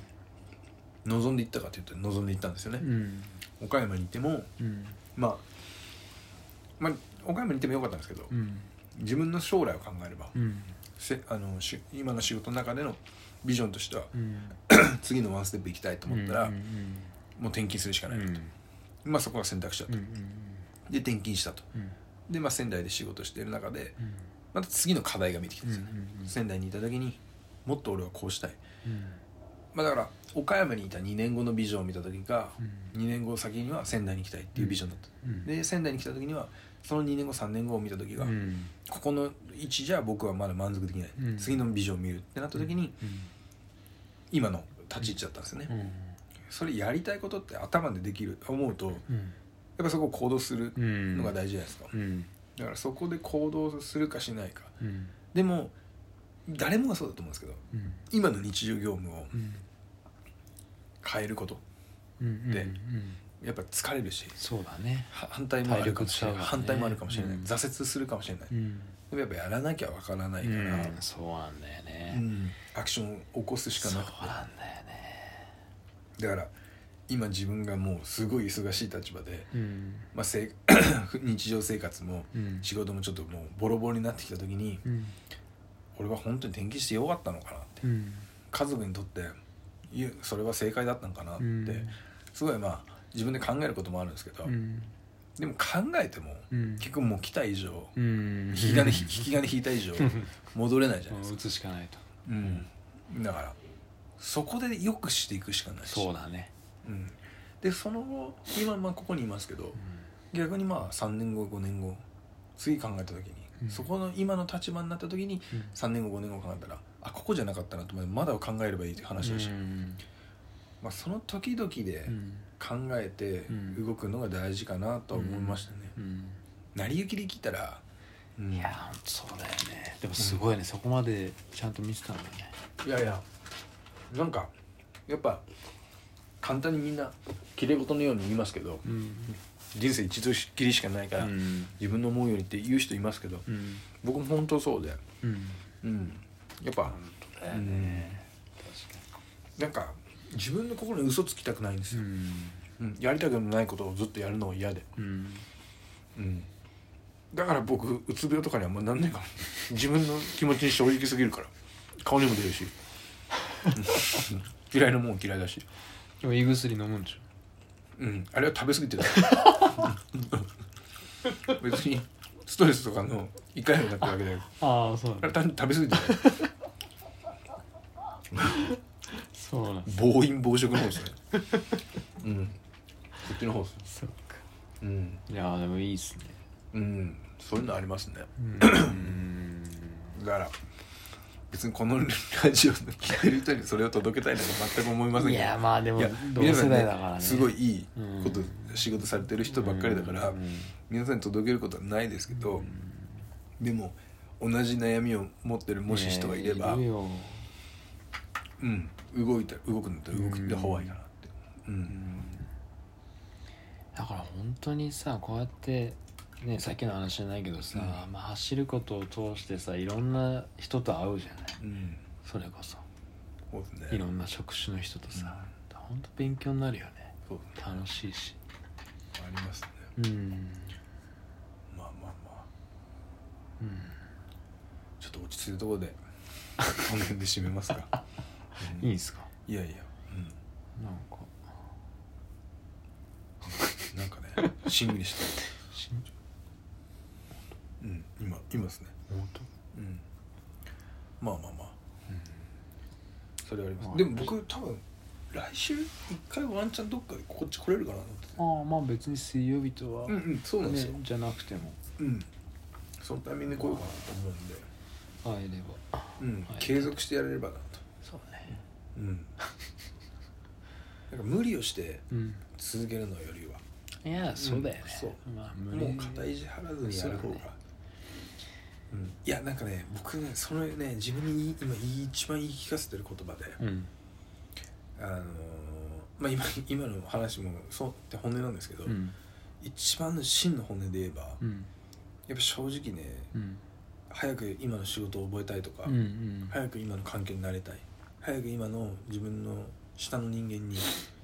望んで行ったかというと望んで行ったんですよね、
うん
岡山にいても
うん
まあまあ岡山に行ってもよかったんですけど、
うん
自分の将来を考えれば、
うん
せあのし今の仕事の中でのビジョンとしては、
うん
次のワンステップ行きたいと思ったら、
うん
もう転勤するしか
うん
な
う
い
んう
と、
ん
まあそこが選択肢だと、
うんうん
で転勤したと
うん
で、まあ、仙台で仕事している中で
うん
また次の課題が見えてきたん
うんう
で
ん
すよ、仙台にいた時にもっと俺はこうしたい、
うん
まあ、だから岡山にいた2年後のビジョンを見た時が
うん
2年後先には仙台に行きたいっていうビジョンだった、
うん
で仙台に来た時にはその2年後3年後を見た時が、
うん
ここの位置じゃ僕はまだ満足できない、
うん
次のビジョンを見るってなった時に、今の立ち位置だったんですよね、
うん
それやりたいことって頭でできる思うとやっ
うん
ぱそこを行動する
うん
のが大事じゃないですか、
うん
だからそこで行動するかしないか
うん
でも誰もがそうだと思うんですけど
うん
今の日常業務を
うん
変えること
うん
で
うんうん
やっぱ疲れるし
そうだね
は反対もあるかもしれない、
体力使うからね
反対もあるかもしれない、
うん
挫折するかもしれない、
うん
でもやっぱやらなきゃわからないか
う
ら、
んそうなんだよ
う
ね
んアクションを起こすしか
そう
な
なん
くて
だよね
だから今自分がもうすごい忙しい立場で、
うん
まあ、せ 日常生活も
うん
仕事もちょっともうボロボロになってきた時に
うん
俺は本当に転勤してよかったのかなって
うん
家族にとっていやそれは正解だったのかなって、
うん
すごいまあ自分で考えることもあるんですけど、
うん
でも考えても
うん
結局もう来た以上、
うん
引き金引き金引いた以 上戻れないじゃないです
うん
か
打つしかないと
うん、だからそこでよくしていくしかないし
そうだね
うん、でその後今まあここにいますけど逆にまあ3年後5年後次考えた時に、
うん
そこの今の立場になった時に
うん
3年後5年後考えたらあここじゃなかったなと思ってまだを考えればいいって話だし、
うん
まあ、その時々で
うん
考えて
うん
動くのが大事かなとは思いましたね、
うん
成り行きできたら、うん
いやほんとそうだよねでもすごいねそこまでちゃんと見てたんだよね
いやいやなんかやっぱ簡単にみんなきれい事のように言いますけど
うん
人生一度きりしかないから、
うん
自分の思うよりって言う人いますけど
うん
僕も本当そうで、
うん
うん、やっぱ、
だよね
なんか自分の心に嘘つきたくないんです
う
よ、
ん
うんやりたくないことをずっとやるのは嫌で、
うん
うん、だから僕うつ病とかにはもうなんない から自分の気持ちに正直すぎるから顔にも出るし嫌いなもん 嫌いだし、
でも胃薬飲むんでしょ
うん、あれは食べ過ぎてた別にストレスとかの一回になったわけだよ
ああそう
あ
だ
れ単に食べ過ぎてた
そうなん
暴飲暴食の方ですねうんこっちの方ですね
そっか
うん
いやーでもいいっすね
うんそういうのありますね
うん
だから別にこのラジオの聞いてる人にそれを届けたいなんて全く思いません
い
けど
やまあでも
いや
同世
皆さん
代だからね
すごいいいこと、
う
仕事されてる人ばっかりだから、
うん
皆さんに届けることはないですけど、でも同じ悩みを持ってるもし人がいれば、
ねえいるよ
うん動いた動くんだったら動くって怖いかなってう
うんんだから本当にさこうやってねさっきの話じゃないけどさ、まあ、走ることを通してさいろんな人と会うじゃない
うん
それこそ
そうですね
いろんな職種の人とさ、ほん、本当勉強になるよね
そうですね
楽しいし
ありますね
うん
まあまあまあ
う
ちょっと落ち着いたところで この辺で締めますか、うん
んいい
い
んすか
やいや、
なんか
うん、なんかねしんみりした、
しん
うん、今今ですね、
本当
うん、まあまあまあ、それはあります、
はい
でも僕多分来週一回ワンチャンどっかでこっち来れるかなと思
ああまあ別に水曜日とは、
ってうんうんそうなんですよ、
ね、じゃなくても
うんそのタイミングで来ようかなと思うんで、
会えれば
うん
はい
継続してやれればなと
そうね
うんなんか無理をして
うん
続けるのよりはい
やそうだよね、
そう
まあ無理
もう肩意地張らずにやる方が、
そうだね
うん、いやなんかね僕ねそのね自分に今言い一番言い聞かせてる言葉で、
うん
あのーまあ今今の話もそうって本音なんですけど、
うん
一番の真の本音で言えば、
う
や
ん
っぱ正直ね
うん
早く今の仕事を覚えたいとか、
うんうん
早く今の環境に慣れたい早く今の自分の下の人間に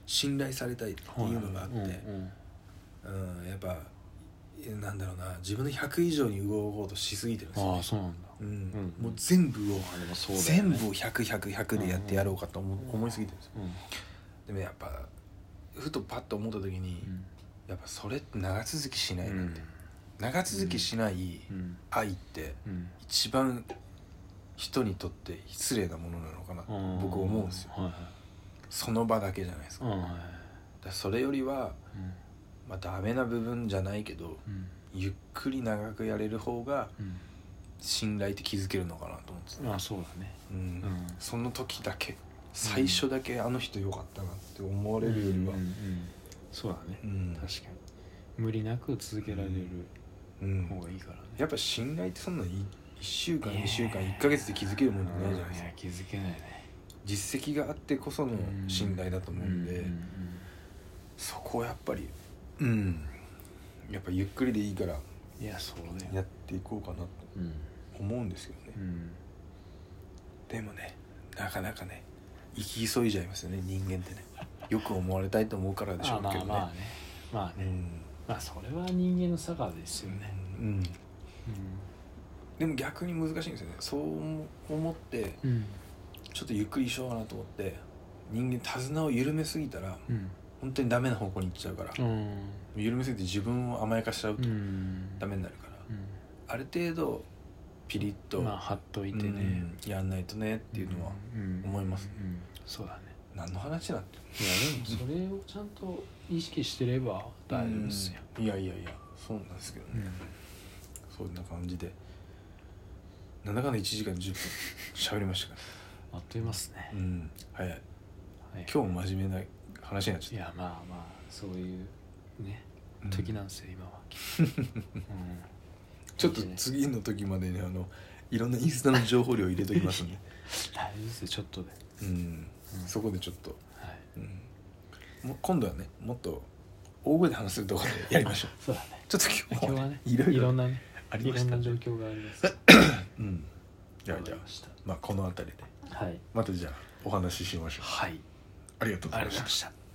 信頼されたいっていうのがあって、
うんうん
うんやっぱえなんだろうな自分の100以上に動こうとしすぎてるんですよ、
ああ
ね
そうなんだ
うん
うん
もう全部を、
あでもそうだよ
全
ね
部を100100でやってやろうかと思,、思いすぎてるんですよ
うん
でもやっぱふとパッと思った時に、やっぱそれって長続きしな
う
いな、
ん
長続きしない
うん
愛って
うん
一番人にとって失礼なものなのかなって
うん
僕思うんですよ
はいはい
その場だけじゃないですか
う
だか
んはい
らそれよりは、
うん
まあ、ダメな部分じゃないけど
うん
ゆっくり長くやれる方が
うん
信頼って築けるのかなと思うんですよ、
まあそうだね
うん
うん
その時だけ最初だけあの人良かったなって思われるよりは
うんうんうんそうだね
うん
確かに無理なく続けられる
うん
方がいいからね
やっぱ信頼ってそんな1週間
いや
2週間1ヶ月で築けるもんじゃないじゃないです
い
か
や気づけないね
実績があってこその信頼だと思うんで、そこをやっぱりうんやっぱゆっくりでいいから
いやそうだよ
やっていこうかなと
うん
思うんですけどね、
うん
でもねなかなかね生き急いじゃいますよね人間ってねよく思われたいと思うからでし
ま
ょ
あ
うけど
まあ
ね
まあねまあ
う
ね
ん
まあそれは人間の差がですよね
うんでも逆に難しいんですよねそう思って
うんうん
ちょっとゆっくりしようかなと思って人間手綱を緩めすぎたら
うん
本当にダメな方向に行っちゃうから、
うん
緩めすぎて自分を甘やかしちゃう
う
と
ん
ダメになるから、
う
ある程度ピリッと、
んまあ貼っといて
う
ね
んやんないとねっていうのは、思いますね
うんうんそうだね
何の話なんて
いやでもそれをちゃんと意識してれば大丈夫ですよ、
うんいやいやいやそうなんですけどね、そんな感じでなんだかんだ1時間10分喋りましたか
あっという間です
ら
ね、
うん早い
はい、
今日も真面目な話になっち
い
ゃっ
やまあまあそういうね
たうん
時なんですよ、今は、うん
ちょっと次の時までにあのいろんなインスタの情報量入れときますんで、
大丈夫ですよちょっとで、
うん
うん
そこでちょっと、
は
う
い、
ん、もう今度はねもっと大声で話せるところでやりまし ょう
そうだね
ちょっと今日
今日
は
は
ね
ね
いろいろ
んなね
あり
い
ま
ろ
した
んな
ね
状況があります
うんじゃあじゃあ
わかりました
まあこの辺りで
はい
またじゃあお話ししましょう
はい
ありがとうご
あ
ざ
りが
いま
とうござい
した
ました